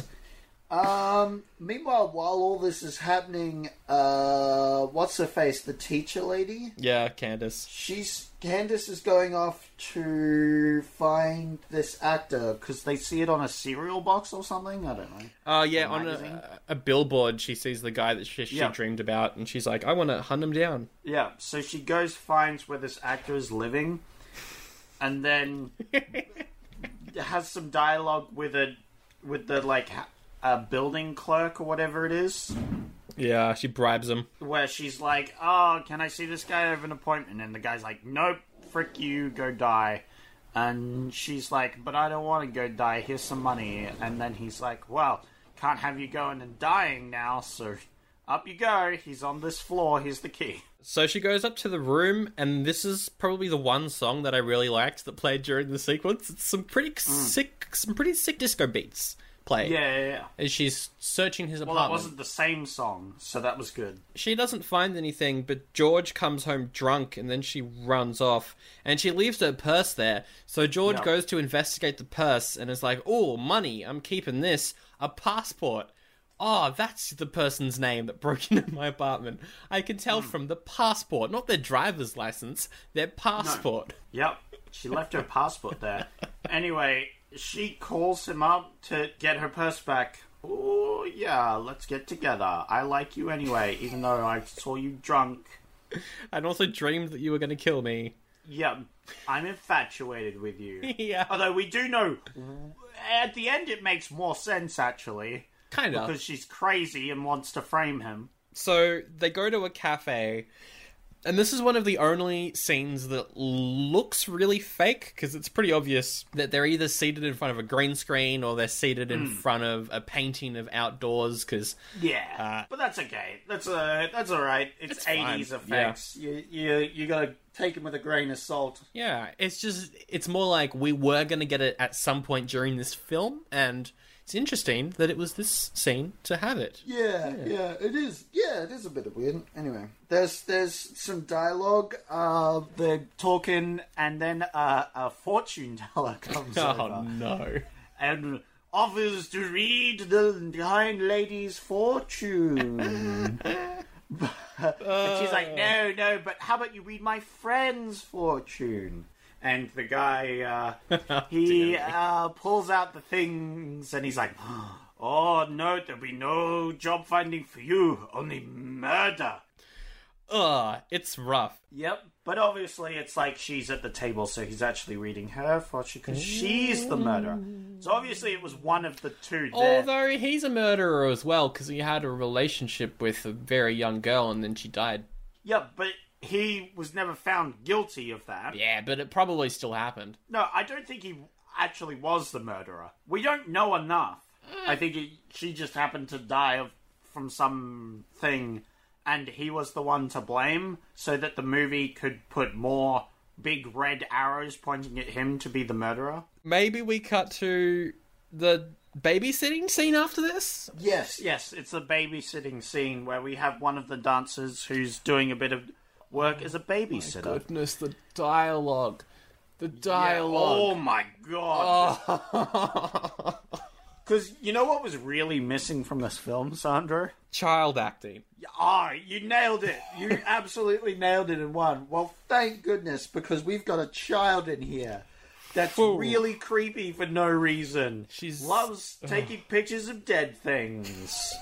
um, meanwhile, while all this is happening, uh, what's her face? The teacher lady?
yeah, Candace.
She's. Candace is going off to find this actor.
Because they see it on a cereal box or something. I don't know.
Oh, yeah, on a, a billboard, she sees the guy that she, she
Yeah.
dreamed about, and she's like, I want to hunt him down.
Yeah. So she goes finds where this actor is living, and then has some dialogue with a with the like ha- a building clerk or whatever it is.
Yeah, she bribes him.
where she's like, "Oh, can I see this guy have an appointment?" And the guy's like, "Nope, frick you, go die." And she's like, "But I don't want to go die. Here's some money." And then he's like, "Well, can't have you going and dying now, so up you go. He's on this floor. Here's the key."
So she goes up to the room, and this is probably the one song that I really liked that played during the sequence. It's some pretty sick, some pretty sick disco beats play.
Mm. Yeah, yeah. yeah.
and she's searching his
Well, it
apartment.
wasn't the same song, so that was good.
She doesn't find anything, but George comes home drunk, and then she runs off, and she leaves her purse there. So George
Yeah.
goes to investigate the purse, and is like, "Oh, money! I'm keeping this. A passport." Oh, that's the person's name that broke (laughs) into my apartment. I can tell
Hmm.
from the passport, not their driver's license, their passport. (laughs)
Yep. She left her passport there. Anyway, she calls him up to get her purse back. Oh, yeah, let's get together. I like you anyway, even though I saw you drunk.
And also dreamed that you were going to kill me.
yeah, I'm infatuated with you.
(laughs) Yeah.
Although we do know, at the end, it makes more sense actually
Kind of.
because she's crazy and wants to frame him.
So they go to a cafe, and this is one of the only scenes that looks really fake because it's pretty obvious that they're either seated in front of a green screen or they're seated in front of a painting of outdoors because
Yeah, but that's okay. That's uh, that's all right. It's
fine.
eighties effects. You you you gotta take them with a grain of salt.
Yeah, it's just it's more like we were going to get it at some point during this film, and it's interesting that it was this scene to have it.
Yeah, yeah, it is. Yeah, it is a bit of weird. Anyway, there's there's some dialogue. Uh,
They're talking, and then uh, a fortune
(laughs)
teller comes
Oh
over
no!
and offers to read the kind lady's fortune. and she's like, "No, no, but how about you read my friend's fortune?" And the guy, uh, he uh, pulls out the things, and he's like, (gasps) "Oh no, there'll be no job finding for you, only murder."
Ugh, it's rough.
Yep. But obviously, it's like she's at the table, so he's actually reading her fortune because she's the murderer. So obviously, it was one of the two
Oh,
there.
Although he's a murderer as well because he had a relationship with a very young girl and then she died.
Yeah, but he was never found guilty of that.
Yeah, but it probably still happened.
No, I don't think he actually was the murderer. We don't know enough. I think it, she just happened to die of from something, and he was the one to blame, so that the movie could put more big red arrows pointing at him to be the murderer.
Maybe we cut to the babysitting scene after this.
yes,
Yes, it's a babysitting scene where we have one of the dancers who's doing a bit of work as a babysitter.
Goodness, the dialogue. The
Oh
dialogue.
my god. (laughs) Because you know what was really missing from this film, Sandro?
Child acting.
Ah, you nailed it. You
absolutely nailed it in one. Well, thank goodness because we've got a child in here.
That's really creepy for no reason.
She's-
loves taking pictures of dead (laughs) things.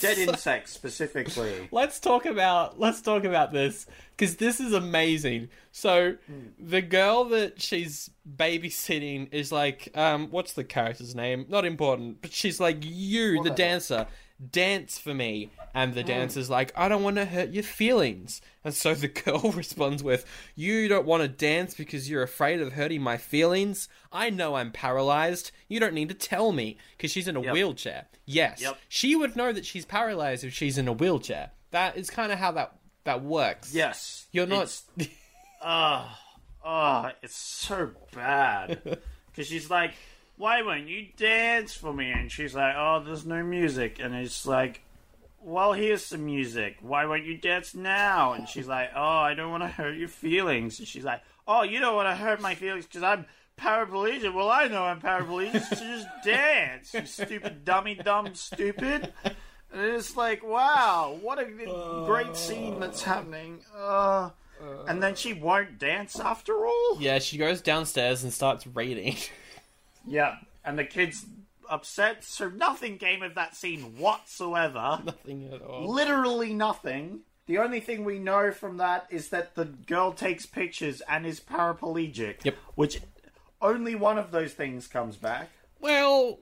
dead insects specifically.
let's talk about let's talk about this because this is amazing. So the girl that she's babysitting is like, um, what's the character's name? Not important, but she's like, you, the dancer, dance for me. And the dancer's like, I don't want to hurt your feelings. And so the (laughs) girl responds with, You don't want to dance because you're afraid of hurting my feelings. I know I'm paralyzed. You don't need to tell me because she's in a wheelchair. Yes.
Yep.
She would know that she's paralyzed if she's in a wheelchair. That is kind of how that that works.
Yes.
You're not.
It's- Ah, it's so bad.
(laughs)
Because she's like, why won't you dance for me? And she's like, oh, there's no music. And it's like, well, here's some music. Why won't you dance now? And she's like, oh, I don't want to hurt your feelings. And she's like, oh, you don't want to hurt my feelings because I'm paraplegic. Well, I know I'm paraplegic, so just dance, you stupid dummy, dumb, stupid. And it's like, wow, what a
Uh,
great scene that's happening. Uh, and then she won't dance after all?
yeah, she goes downstairs and starts (laughs) reading.
Yeah. And the kid's upset, so nothing came of that scene whatsoever.
(laughs) Nothing at all.
Literally nothing. The only thing we know from that is that the girl takes pictures and is paraplegic.
Yep.
Which only one of those things comes back.
Well,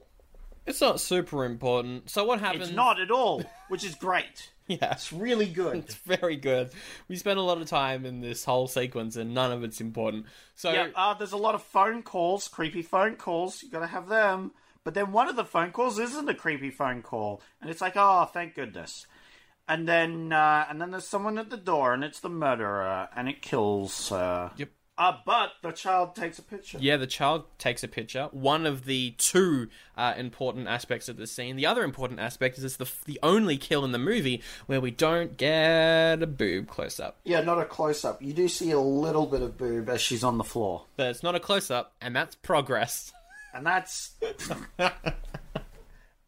it's not super important. So what happens?
It's not at all, which is great.
(laughs) Yeah, (laughs)
It's really good.
very good. We spent a lot of time in this whole sequence, and none of it's important. So
Yeah, uh, there's a lot of phone calls, creepy phone calls. You gotta have them. But then one of the phone calls isn't a creepy phone call, and it's like, oh, thank goodness. And then, uh, and then there's someone at the door, and it's the murderer, and it kills. Uh,
Yep.
Uh, but the child takes a picture.
Yeah, the child takes a picture. One of the two uh, important aspects of the scene. The other important aspect is it's the the only kill in the movie where we don't get a boob close up.
Yeah, not a close up. You do see a little bit of boob as she's
She's on the floor,
But it's not a close up, and that's progress.
and
(laughs)
that's.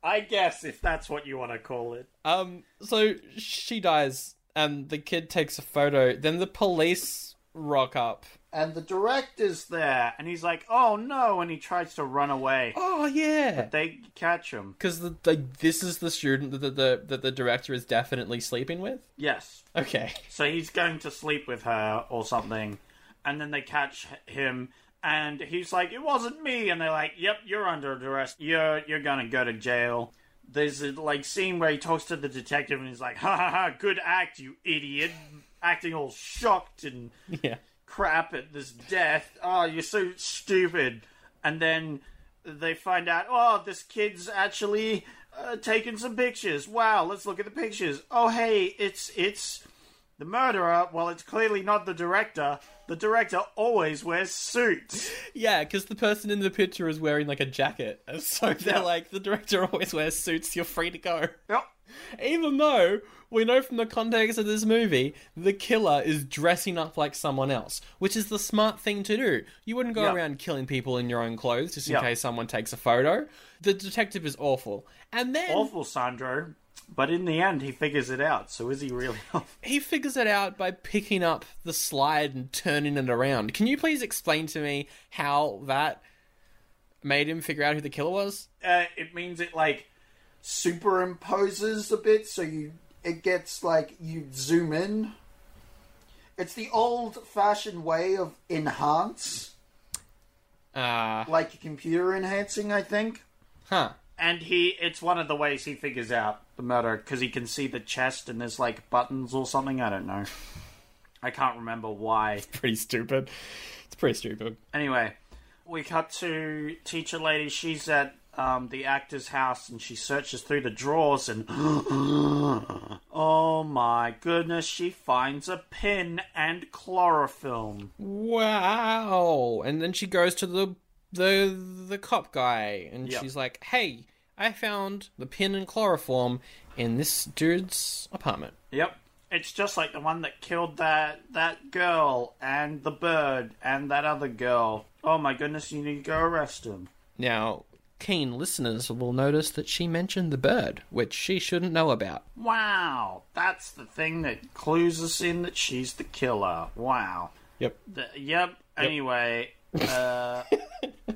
I guess if that's what you want to call it.
Um, so she dies, and the kid takes a photo. Then the police rock up.
and the director's
He's there, and he's like, "Oh no!" and he tries to run away.
Oh yeah,
They catch him.
because the, the this is the student that the, the that the director is definitely sleeping with.
Yes,
Okay, (laughs)
So he's going to sleep with her or something. and then they catch h- him, and he's like, "It wasn't me," and they're like, "Yep, you're under arrest. You're you're gonna go to jail." There's a like scene where he talks to the detective, and he's like, "Ha ha ha! Good act, you idiot!" Acting all shocked and
Yeah.
crap at this death. Oh, you're so stupid. And then they find out, oh, this kid's actually uh, taking some pictures. Wow, let's look at the pictures. Oh, hey, it's it's the murderer. Well, it's clearly not the director. The director always wears suits.
Yeah, because the person in the picture is wearing like a jacket. (laughs) And so they're like, the director (laughs) always wears suits, you're free to go.
Yep.
Even though we know from the context of this movie, the killer is dressing up like someone else, which is the smart thing to do. You wouldn't go
Yeah.
around killing people in your own clothes just in
Yeah.
case someone takes a photo. The detective is awful. And then
Awful, Sandro. But in the end, he figures it out. So is he really (laughs) Uh, awful?
he figures it out by picking up the slide and turning it around. Can you please explain to me how that made him figure out who the killer was?
Uh, it means it like
superimposes a bit, so you it gets like you zoom in. It's the old-fashioned way of enhance,
Uh,
like computer enhancing. I think.
huh. (laughs)
and he it's one of the ways he figures out the murder because he can see the chest and there's like buttons or something i don't know i can't remember why
pretty stupid. It's pretty stupid.
anyway we cut to teacher lady she's at um, the actor's house and she searches through the drawers and (gasps) oh my goodness she finds a pin and chloroform
Wow. And then she goes to the the the cop guy and
Yep.
she's like, "Hey, I found the pin and chloroform in this dude's apartment."
Yep. It's just like the one that killed that that girl and the bird and that other girl. Oh my goodness, you need to go arrest him.
Now, keen listeners will notice that she mentioned the bird, which she shouldn't know about.
Wow, that's the thing that clues us in that she's the killer. Wow.
Yep.
The, yep. Anyway, uh, (laughs)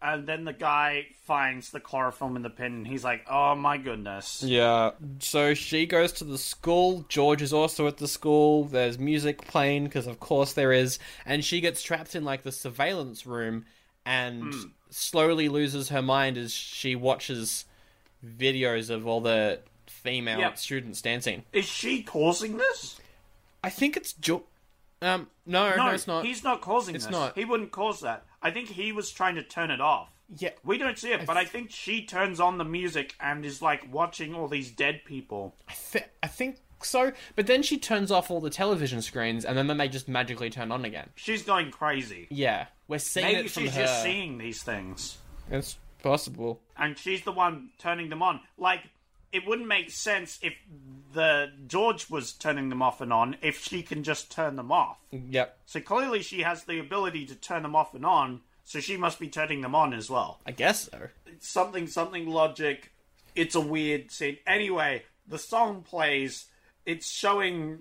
and then the guy finds the chloroform in the pin, and he's like, "Oh my goodness."
Yeah. So she goes to the school. George is also at the school. There's music playing because, of course, there is. And she gets trapped in like the surveillance room and
Hmm.
slowly loses her mind as she watches videos of all the female
Yep.
students dancing.
Is she causing this?
I think it's jo- um no, no, it's not.
He's not causing
It's
this.
not.
He wouldn't cause that. I think he was trying to turn it off.
Yeah.
We don't see it, but I think she turns on the music and is like watching all these dead people.
I, thi- I think so. But then she turns off all the television screens, and then they just magically turn on again.
She's going crazy.
Yeah, we're seeing
Maybe
it from
she's
her.
just seeing these things.
it's possible.
and she's the one turning them on. Like it wouldn't make sense if the George was turning them off and on if she can just turn them off.
Yep.
So clearly she has the ability to turn them off and on, so she must be turning them on as well.
I guess so.
Something something logic. It's a weird scene. Anyway, the song plays. It's showing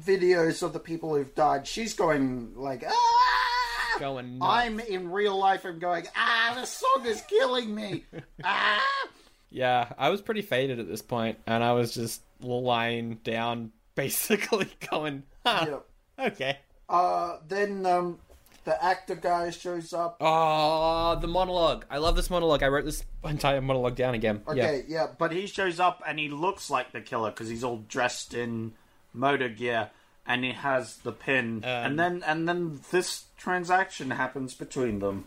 Videos of the people who've died. She's going like ah.
Going nuts.
I'm in real life. I'm going ah. The song is
(laughs)
killing me. ah.
Yeah, I was pretty faded at this point, and I was just lying down, (laughs) basically going, huh,
Yep.
okay.
Uh, then um, the actor guy shows up.
Oh, the monologue. I love this monologue. I wrote this entire monologue down again.
Okay, yeah, but
But he shows up and he looks like the killer because he's all dressed in motor gear and he has the pin. and then and then this transaction happens between them.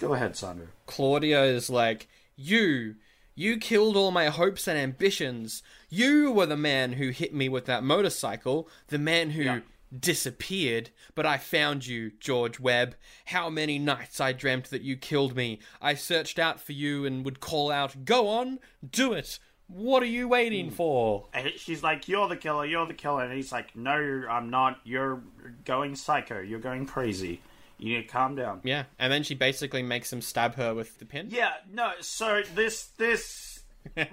Go ahead, Sandra.
Claudia is like, You, you killed all my hopes and ambitions. You were the man who hit me with that motorcycle, the man who disappeared, but I found you, George Webb. How many nights I dreamt that you killed me. I searched out for you and would call out, Go on, do it. What are you waiting for?
And Uh, she's like, "You're the killer. You're the killer." And he's like, "No, I'm not. You're going psycho. You're going crazy. You need to calm down."
Yeah, and then she basically makes him stab her with the pin.
Yeah. No. So this this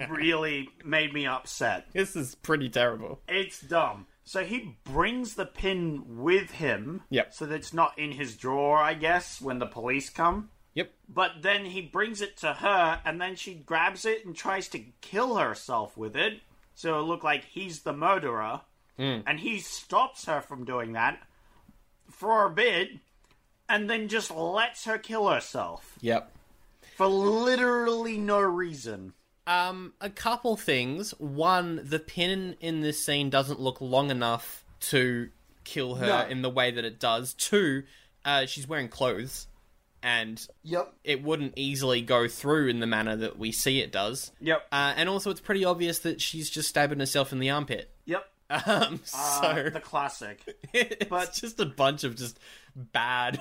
really made me upset.
This is pretty terrible.
It's dumb. So he brings the pin with him.
Yep.
So that it's not in his drawer, I guess, when the police come.
Yep.
But then he brings it to her, and then she grabs it and tries to kill herself with it. So it'll look like he's the murderer. And he stops her from doing that for a bit and then just lets her kill herself
Yep.
for literally no reason.
Um, a couple things. One, the pin in this scene doesn't look long enough to kill her
No.
in the way that it does. Two, uh, she's wearing clothes, and
Yep.
it wouldn't easily go through in the manner that we see it does.
Yep.
Uh, and also, it's pretty obvious that she's just stabbing herself in the armpit. (laughs)
Yep. Uh,
Um, so
The classic.
(laughs) it's
but-
just a bunch of just bad,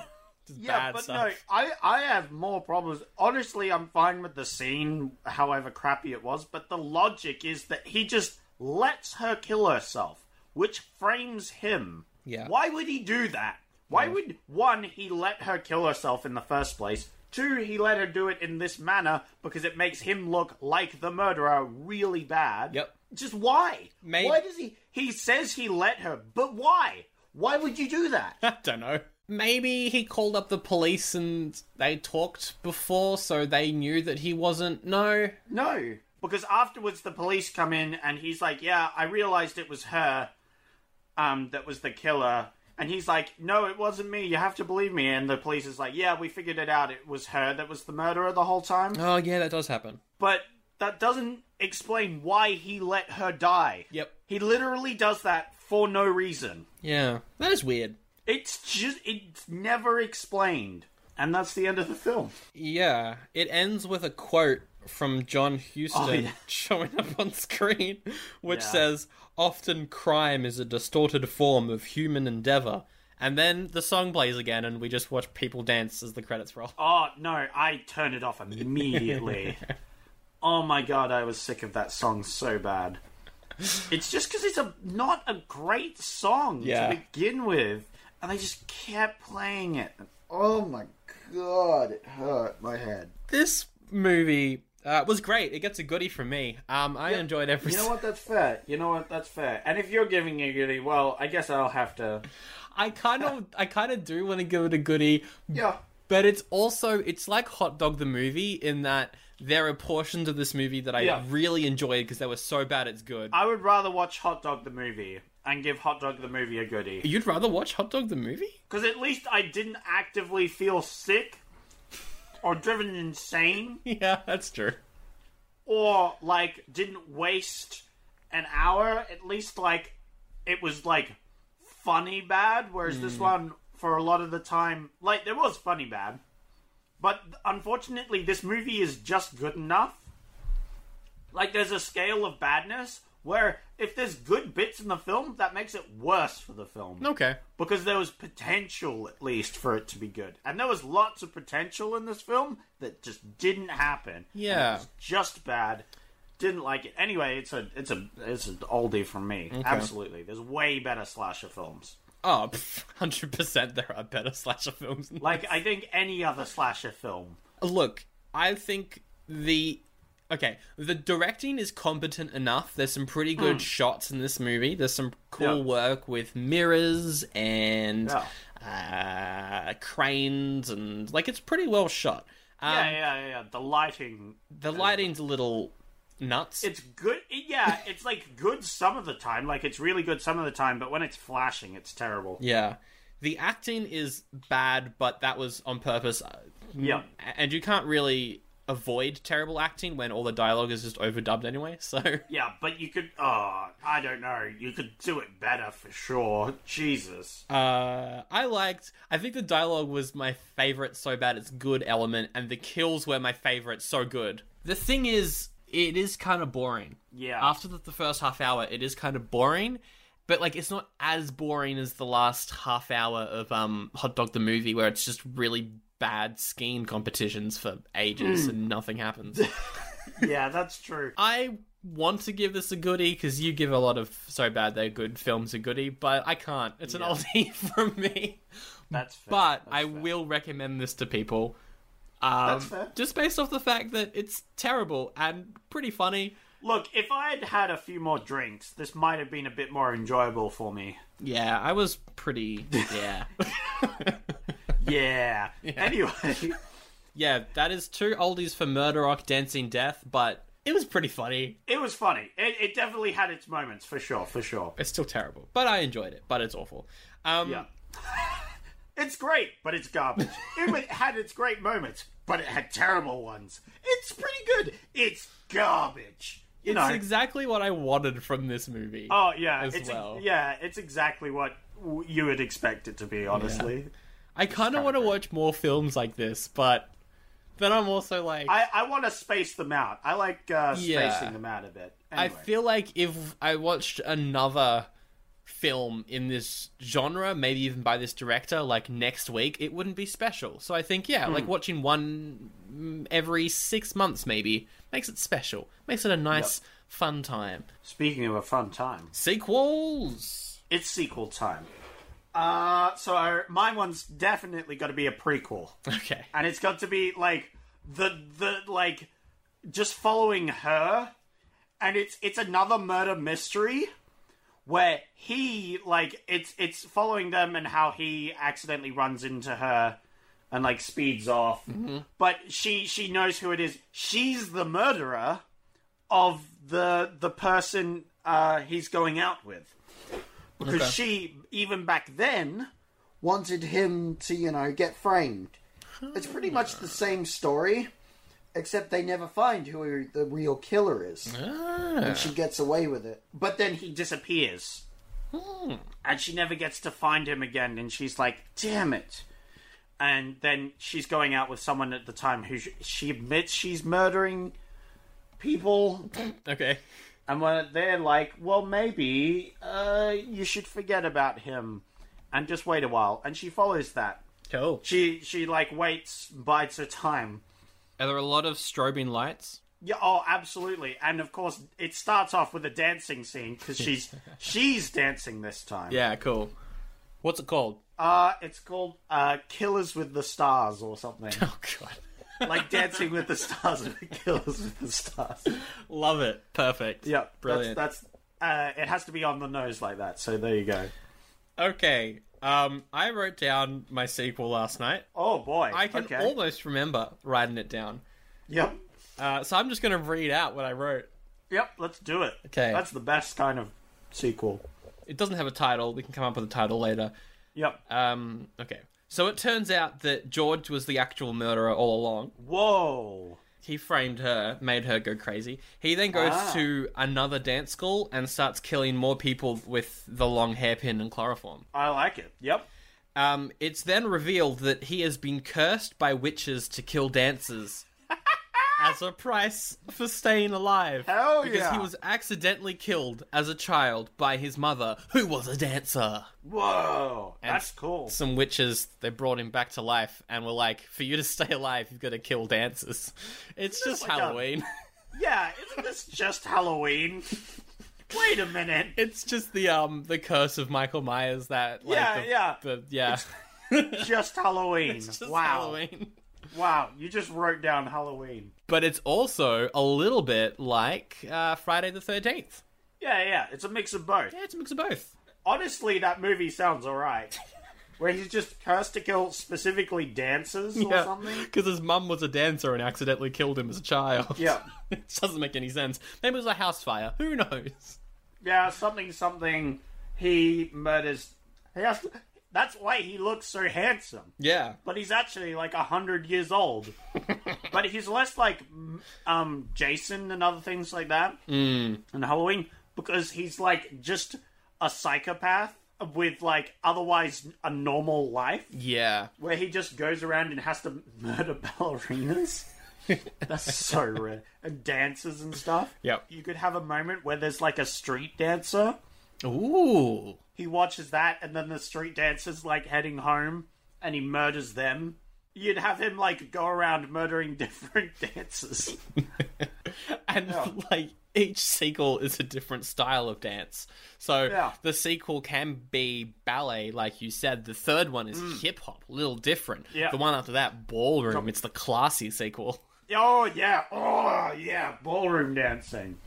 just
Yeah,
bad
but
stuff.
no, I, I have more problems. Honestly, I'm fine with the scene, however crappy it was, but the logic is that he just lets her kill herself, which frames him.
Yeah.
Why would he do that? Why would, one, he let her kill herself in the first place? Two, he let her do it in this manner because it makes him look like the murderer really bad.
Yep.
Just why?
Maybe-
Why does he. He says he let her, but why? Why would you do that?
(laughs) I don't know. Maybe he called up the police and they talked before, so they knew that he wasn't. No,
No, because afterwards the police come in and he's like, "Yeah, I realized it was her, um, that was the killer." And he's like, "No, it wasn't me. You have to believe me." And the police is like, "Yeah, we figured it out. It was her that was the murderer the whole time."
Oh yeah, that does happen.
But that doesn't explain why he let her die.
Yep.
He literally does that for no reason.
Yeah, that is weird.
It's just it's never explained. And that's the end of the film.
Yeah, it ends with a quote from John Huston
Oh, yeah.
(laughs) showing up on screen, which
Yeah.
says, "Often crime is a distorted form of human endeavor." And then the song plays again, and we just watch people dance as the credits roll.
Oh no, I turned it off immediately. oh my god, I was sick of that song so bad. It's just because it's a not a great song
Yeah.
to begin with, and they just kept playing it.
Oh my god, it hurt my head.
This movie uh, was great. It gets a goodie from me. Um, I enjoyed every.
You know what? That's fair. You know what? That's fair. And if you're giving a goodie, well, I guess I'll have to.
I kind of, I kind of do want to give it a goodie,
Yeah.
But it's also it's like Hot Dog the movie in that there are portions of this movie that I
Yeah.
really enjoyed because they were so bad it's good.
I would rather watch Hot Dog the movie and give Hot Dog the movie a goodie
You'd rather watch Hot Dog
(laughs)
the movie?
because at least I didn't actively feel sick or driven insane.
Yeah, that's true.
or like didn't waste an hour at least like it was like funny bad whereas this one for a lot of the time like there was funny bad but unfortunately this movie is just good enough like there's a scale of badness where if there's good bits in the film that makes it worse for the film
Okay.
because there was potential at least for it to be good and there was lots of potential in this film that just didn't happen And it
Yeah.
was just bad didn't like it anyway it's a it's a it's an oldie from me absolutely there's way better slasher films
Oh, (laughs) hundred percent. There are better slasher films. Than
like i think any other slasher film
look, I think the okay, the directing is competent enough. There's some pretty good shots in this movie. There's some cool
Hmm. Yeah.
work with mirrors and
Yeah.
uh, cranes and like it's pretty well shot. Um,
yeah yeah yeah the lighting
The lighting's a little nuts.
it's good yeah it's like good some of the time like it's really good some of the time but when it's flashing it's terrible
yeah. The acting is bad, but that was on purpose. Uh,
yeah
And you can't really avoid terrible acting when all the dialogue is just overdubbed anyway, (laughs) so
Yeah, but you could. Oh, I don't know. You could do it better for sure. Jesus.
Uh, I liked. I think the dialogue was my favorite. So bad it's good element, and the kills were my favorite. So good. The thing is, it is kind of boring.
Yeah.
After the, the first half hour, it is kind of boring, but like it's not as boring as the last half hour of um Hot Dog the movie, where it's just really bad skiing competitions for ages and nothing happens.
yeah, that's true.
I want to give this a goodie because you give a lot of so bad they're good films a goodie, but I can't. It's an oldie (laughs) from me.
That's fair.
But
That's
I
fair.
will recommend this to people. Um,
That's fair.
Just based off the fact that it's terrible and pretty funny.
Look, if I had had a few more drinks, this might have been a bit more enjoyable for
(laughs)
me.
Yeah, I was pretty. (laughs) Yeah.
Yeah. Anyway, (laughs)
yeah, that is two oldies for Murder Rock Dancing Death, but it was pretty funny.
it was funny. It, it definitely had its moments, for sure, for sure.
It's still terrible, but I enjoyed it, but it's awful. Um,
Yeah. (laughs) It's great, but it's garbage. it had its great moments, but it had terrible ones. It's pretty good. It's garbage. You
It's
know.
exactly what I wanted from this movie.
oh yeah,
as
it's
well.
yeah, it's exactly what w- you would expect it to be. Honestly,
I kind of want to watch more films like this, but then I'm also like, I,
I, I want to space them out. I like uh, spacing
Yeah.
them out a bit. Anyway.
feel like if I watched another film in this genre, maybe even by this director, like next week, it wouldn't be special. So I think, yeah, like watching one mm, every six months maybe makes it special, makes it a nice, fun time.
Speaking of a fun time,
Sequels.
it's sequel time. Uh, so our, my one's definitely got to be a prequel.
Okay.
and it's got to be like the the like just following her and it's it's another murder mystery where he like it's it's following them and how he accidentally runs into her and like speeds off but she she knows who it is she's the murderer of the the person uh he's going out with because she even back then
wanted him to, you know, get framed. It's pretty much the same story, except they never find who the real killer is.
Ah.
And she gets away with it.
But then he disappears.
Hmm.
And she never gets to find him again. And she's like, damn it. And then she's going out with someone at the time who sh- she admits she's murdering people.
Okay.
And when they're like, well, maybe uh, you should forget about him and just wait a while. And she follows that.
Cool.
She, she like, waits, bides her time.
Are there a lot of strobing lights?
Yeah, oh, absolutely. And of course, it starts off with a dancing scene because
(laughs)
she's, she's dancing this time.
Yeah, cool. What's it called?
Uh, it's called uh, Killers with the Stars or
(laughs)
something.
Oh god.
like Dancing with the Stars, but Killers with the Stars.
Love it. Perfect.
Yeah,
Brilliant.
That's, that's uh, it has to be on the nose like that. So there you go.
Okay. Um, I wrote down my sequel last night.
Oh boy,
I can
okay.
almost remember writing it down.
Yep,
Uh, so I'm just going to read out what I wrote.
yep. Let's do it.
Okay.
that's the best kind of sequel.
It doesn't have a title. We can come up with a title later.
Yep.
Um, okay. So it turns out that George was the actual murderer all along.
Whoa.
He framed her, made her go crazy. He then goes to another dance school and starts killing more people with the long hairpin and chloroform.
I like it. Yep.
Um, it's then revealed that he has been cursed by witches to
(laughs)
kill dancers as a price for staying alive.
Hell
because
yeah.
he was accidentally killed as a child by his mother, who was a dancer.
Whoa. that's cool.
Some witches they brought him back to life and were like, "For you to stay alive, you've got to kill dancers." It's just
like a-
Halloween. (laughs)
Yeah. Isn't this just Halloween? Wait a minute.
it's just the um the curse of Michael Myers that like,
Yeah,
the,
yeah.
the, yeah. (laughs)
Just Halloween.
Just
wow.
Halloween.
Wow. You just wrote down Halloween.
But it's also a little bit like uh, Friday the Thirteenth.
Yeah, yeah, it's a mix of both.
Yeah, it's a mix of both.
Honestly, that movie sounds alright. Where he's just cursed to kill specifically dancers or something.
because his mum was a dancer and accidentally killed him as a child.
Yeah.
(laughs) it doesn't make any sense. Maybe it was a house fire. Who knows?
Yeah, something, something. He murders. He has to- that's why he looks so handsome.
Yeah,
But he's actually like a hundred years old. but he's less like m- um Jason and other things like that mm. in Halloween because he's like just a psychopath with like otherwise a normal life.
yeah.
where he just goes around and has to murder (laughs) ballerinas. That's so rare. And dancers and stuff.
Yep.
You could have a moment where there's like a street dancer.
Ooh,
He watches that, and then the street dancer's like heading home and he murders them. You'd have him like go around murdering (laughs) different dancers.
and (laughs) like each sequel is a different style of dance. So
Yeah.
the sequel can be ballet, like you said. The third one is hip hop, a little different.
Mm. Yeah.
The one after that, ballroom. It's the classy sequel.
oh, yeah. Oh, yeah. Ballroom dancing.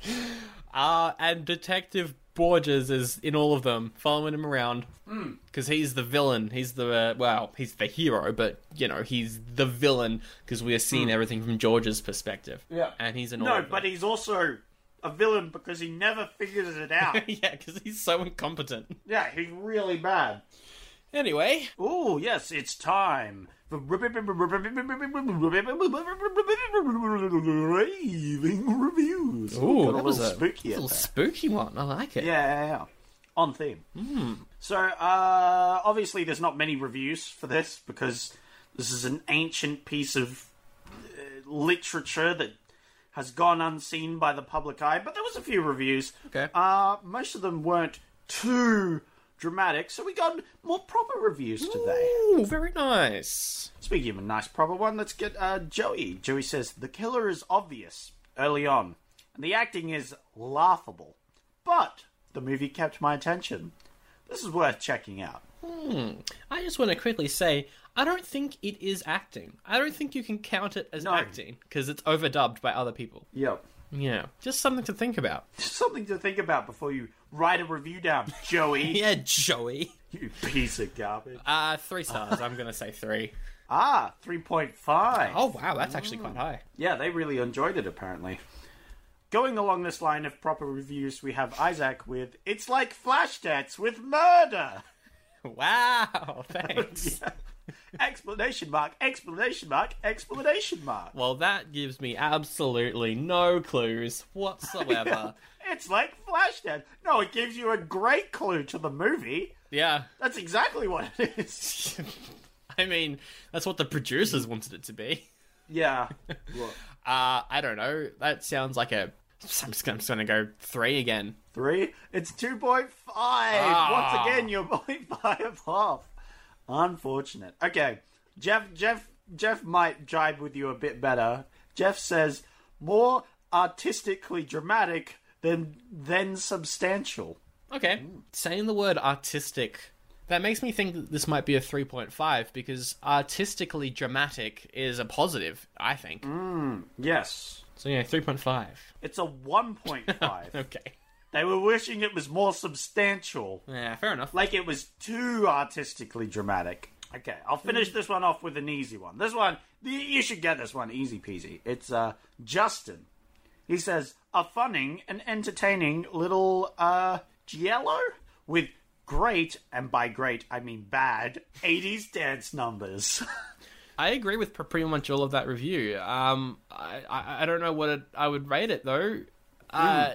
Uh, and Detective Borges is in all of them, following him around
Hmm.
because he's the villain. He's the uh, well, he's the hero, but you know he's the villain because we are seeing everything from George's perspective.
Hmm. Yeah.
and he's in all.
No,
of (laughs)
but
them.
he's also a villain because he never figures it out.
(laughs) yeah, because he's so incompetent.
yeah, he's really bad.
Anyway,
Ooh, Oh, yes, it's time. (laughs) for Raving reviews.
Ooh,
Got
that
a
was
little
a
spooky. at
little
that.
spooky one. I like it.
Yeah, yeah, yeah. On theme.
Hmm.
So, uh, obviously, there's not many reviews for this because this is an ancient piece of uh, literature that has gone unseen by the public eye. But there was a few reviews.
Okay.
Uh, most of them weren't too dramatic, so we got more proper reviews today.
Ooh, very nice.
Speaking of a nice proper one, let's get uh, Joey. Joey says the killer is obvious early on, and the acting is laughable, but the movie kept my attention. This is worth checking out.
I just want to quickly say, I don't think it is acting. I don't think you can count it as
No.
acting because it's overdubbed by other people.
Yep.
Yeah, just something to think about. (laughs)
Something to think about before you write a review down, Joey.
(laughs) Yeah, Joey.
You piece of garbage.
Uh, three stars. I'm gonna say three.
Ah, 3.5.
(laughs) Oh wow, that's actually quite high.
Yeah, they really enjoyed it, apparently. Going along this line of proper reviews, we have Isaac with It's Like Flashdance with Murder!
Wow, (laughs) thanks.
Explanation mark, explanation mark, explanation mark.
Well, that gives me absolutely no clues (laughs) whatsoever.
It's like Flashdance. No, it gives you a great clue to the movie.
yeah. (laughs)
That's exactly what it is.
I mean, that's what the producers wanted it to be.
Yeah.
Uh, I don't know. That sounds like a. I'm just, I'm just gonna go three again.
Three. It's 2.5.
Ah.
Once again, you're 0.5 off. Unfortunate. Okay. Jeff, Jeff, Jeff might jibe with you a bit better. Jeff says, more artistically dramatic than, than substantial.
Okay. Saying the word artistic, that makes me think that this might be a 3.5 because artistically dramatic is a positive, I think.
Yes.
So, yeah, 3.5.
It's a 1.5.
(laughs) Okay.
They were wishing it was more substantial,
Yeah, fair enough.
like it was too artistically dramatic. Okay, I'll finish this one off with an easy one. This one, y- you should get this one easy peasy. It's uh, Justin. He says, a funning and entertaining little uh, Giello with great, and by great I mean bad, 80s dance numbers. (laughs)
I agree with pr- pretty much all of that review. Um, I, I, I don't know what it, I would rate it, though. Uh,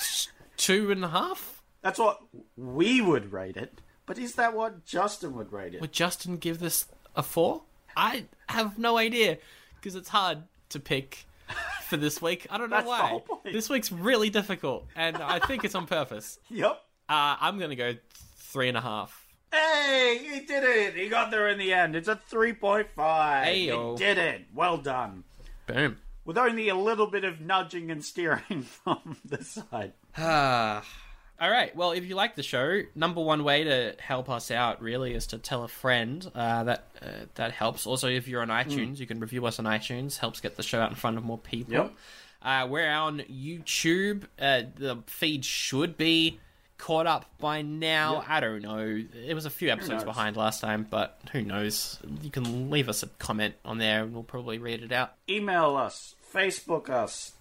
t- two and a half?
That's what we would rate it, but is that what Justin would rate it?
Would Justin give this a four? I have no idea because it's hard to pick for this week. I don't know
That's the
why.
whole point.
This week's really difficult, and I think it's on purpose.
Yep.
Uh, I'm gonna go three and a half.
Hey, he did it! He got there in the end. It's a 3.5.
Ayo.
He did it. Well done.
Boom.
With only a little bit of nudging and steering (laughs) from the side.
Ah. All right. Well, if you like the show, number one way to help us out really is to tell a friend. Uh, that uh, that helps. Also, if you're on
Hmm.
iTunes, you can review us on iTunes. Helps get the show out in front of more people.
Yep.
Uh, we're on YouTube. Uh, the feed should be caught up by now. I don't know. It was a few episodes
knows?
behind last time, but who knows? You can leave us a comment on there, and we'll probably read it out.
Email us, Facebook us,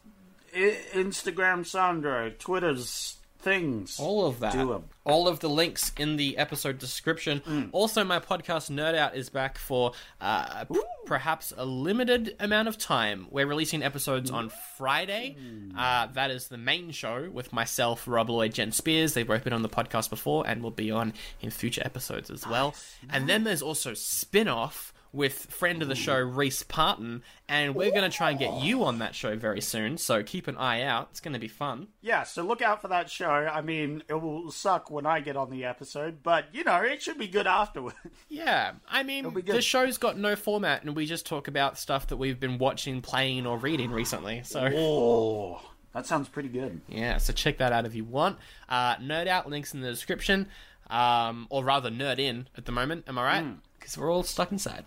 I- Instagram Sandro, Twitter's things.
All of that.
Do 'em. Mm.
All of the links in the episode description. Also, my podcast Nerd Out is back for uh, p- perhaps a limited amount of time. We're releasing episodes
Mm.
on Friday. Uh, that is the main show with myself, Rob Lloyd, Jen Spears. They've both been on the podcast before and will be on in future episodes as well. And then there's also spin off. With friend of the show Reese Parton, and we're going to try and get you on that show very soon. So keep an eye out; it's going to be fun.
Yeah, so look out for that show. I mean, it will suck when I get on the episode, but, you know, it should be good afterwards.
Yeah, I mean,
be good.
the show's got no format, and we just talk about stuff that we've been watching, playing, or reading recently. So
oh, (laughs) that sounds pretty good.
yeah, so check that out if you want. Uh, nerd out links in the description, um, or rather, nerd in at the moment. Am I right? Because we're all stuck (laughs) inside.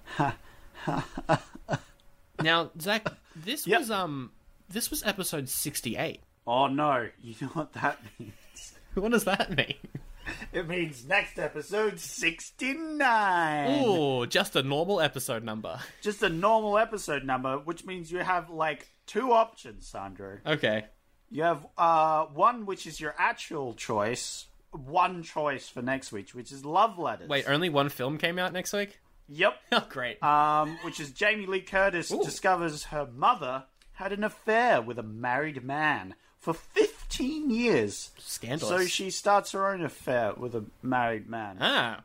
now, Zach, this
Yep.
was um, this was episode sixty-eight. (laughs)
Oh, no. You know what that (laughs) means?
What does that (laughs) mean?
It means next episode 69.
Oh, just a normal episode number.
Just a normal episode number, which means you have like two options, Sandro.
Okay.
You have uh, one which is your actual choice, one choice for next week, which is Love Letters.
Wait, only one film came out next week? (laughs)
Yep.
Oh, great.
Um, which is Jamie Lee Curtis discovers her mother had an affair with a married man for 15 years.
Scandalous.
So she starts her own affair with a married man.
ah.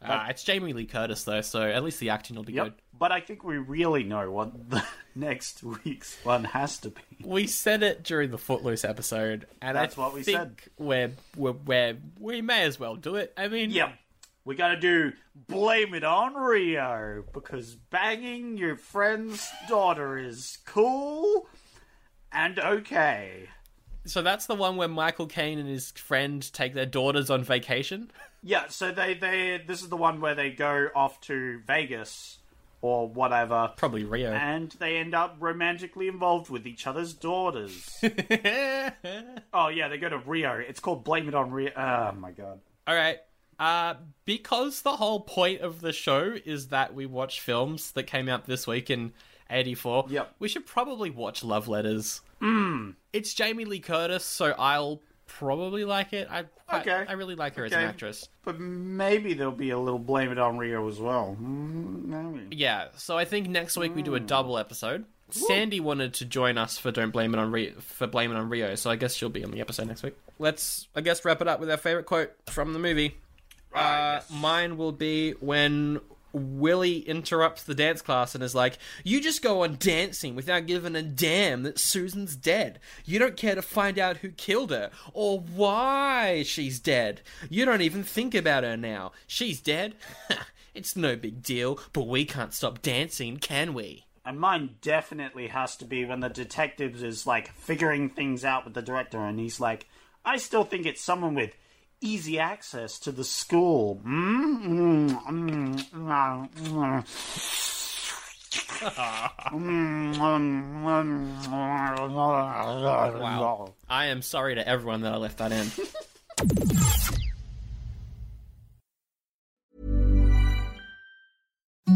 Ah, it's Jamie Lee Curtis, though, so at least the acting will be
Yep.
good.
But I think we really know what the (laughs) next week's one has to be.
We said it during the Footloose episode, and
That's
I
what we
think
said.
We're, we're, we're, we may as well do it. I mean,
Yep. We gotta do Blame It on Rio because banging your friend's daughter is cool and okay.
so that's the one where Michael Caine and his friend take their daughters on vacation.
Yeah, so they, they this is the one where they go off to Vegas or whatever
Probably Rio.
and they end up romantically involved with each other's daughters. (laughs)
(laughs)
oh yeah, they go to Rio. It's called Blame It on Rio. Oh my god.
All right. Uh, because the whole point of the show is that we watch films that came out this week in 84,
Yep. Hmm.
we should probably watch Love Letters. Mm. It's Jamie Lee Curtis, so I'll probably like it. I, I,
Okay.
I really like her as
Okay.
an actress.
But maybe there'll be a little blame it on Rio as well. Mm, Maybe.
Yeah, so I think next week we do
Hmm.
a double episode. Sandy wanted to join us for Don't Blame It on Rio, for Blame It on Rio, so I guess she'll be on the episode next week. Let's, I guess, wrap it up with our favorite quote from the movie. Uh, Mine will be when Willie interrupts the dance class and is like, "You just go on dancing without giving a damn that Susan's dead. You don't care to find out who killed her or why she's dead. You don't even think about her now. She's dead. (laughs) it's no big deal, but we can't stop dancing, can we?"
And mine definitely has to be when the detective is like figuring things out with the director and he's like, I still think it's someone with easy access to the school. Mm, mm, mm, mm, mm. Mm, mm, mm, mm.
Wow. I am sorry to everyone that I left that in.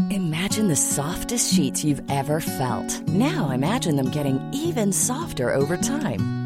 Imagine the softest sheets you've ever felt. Now imagine them getting even softer over time.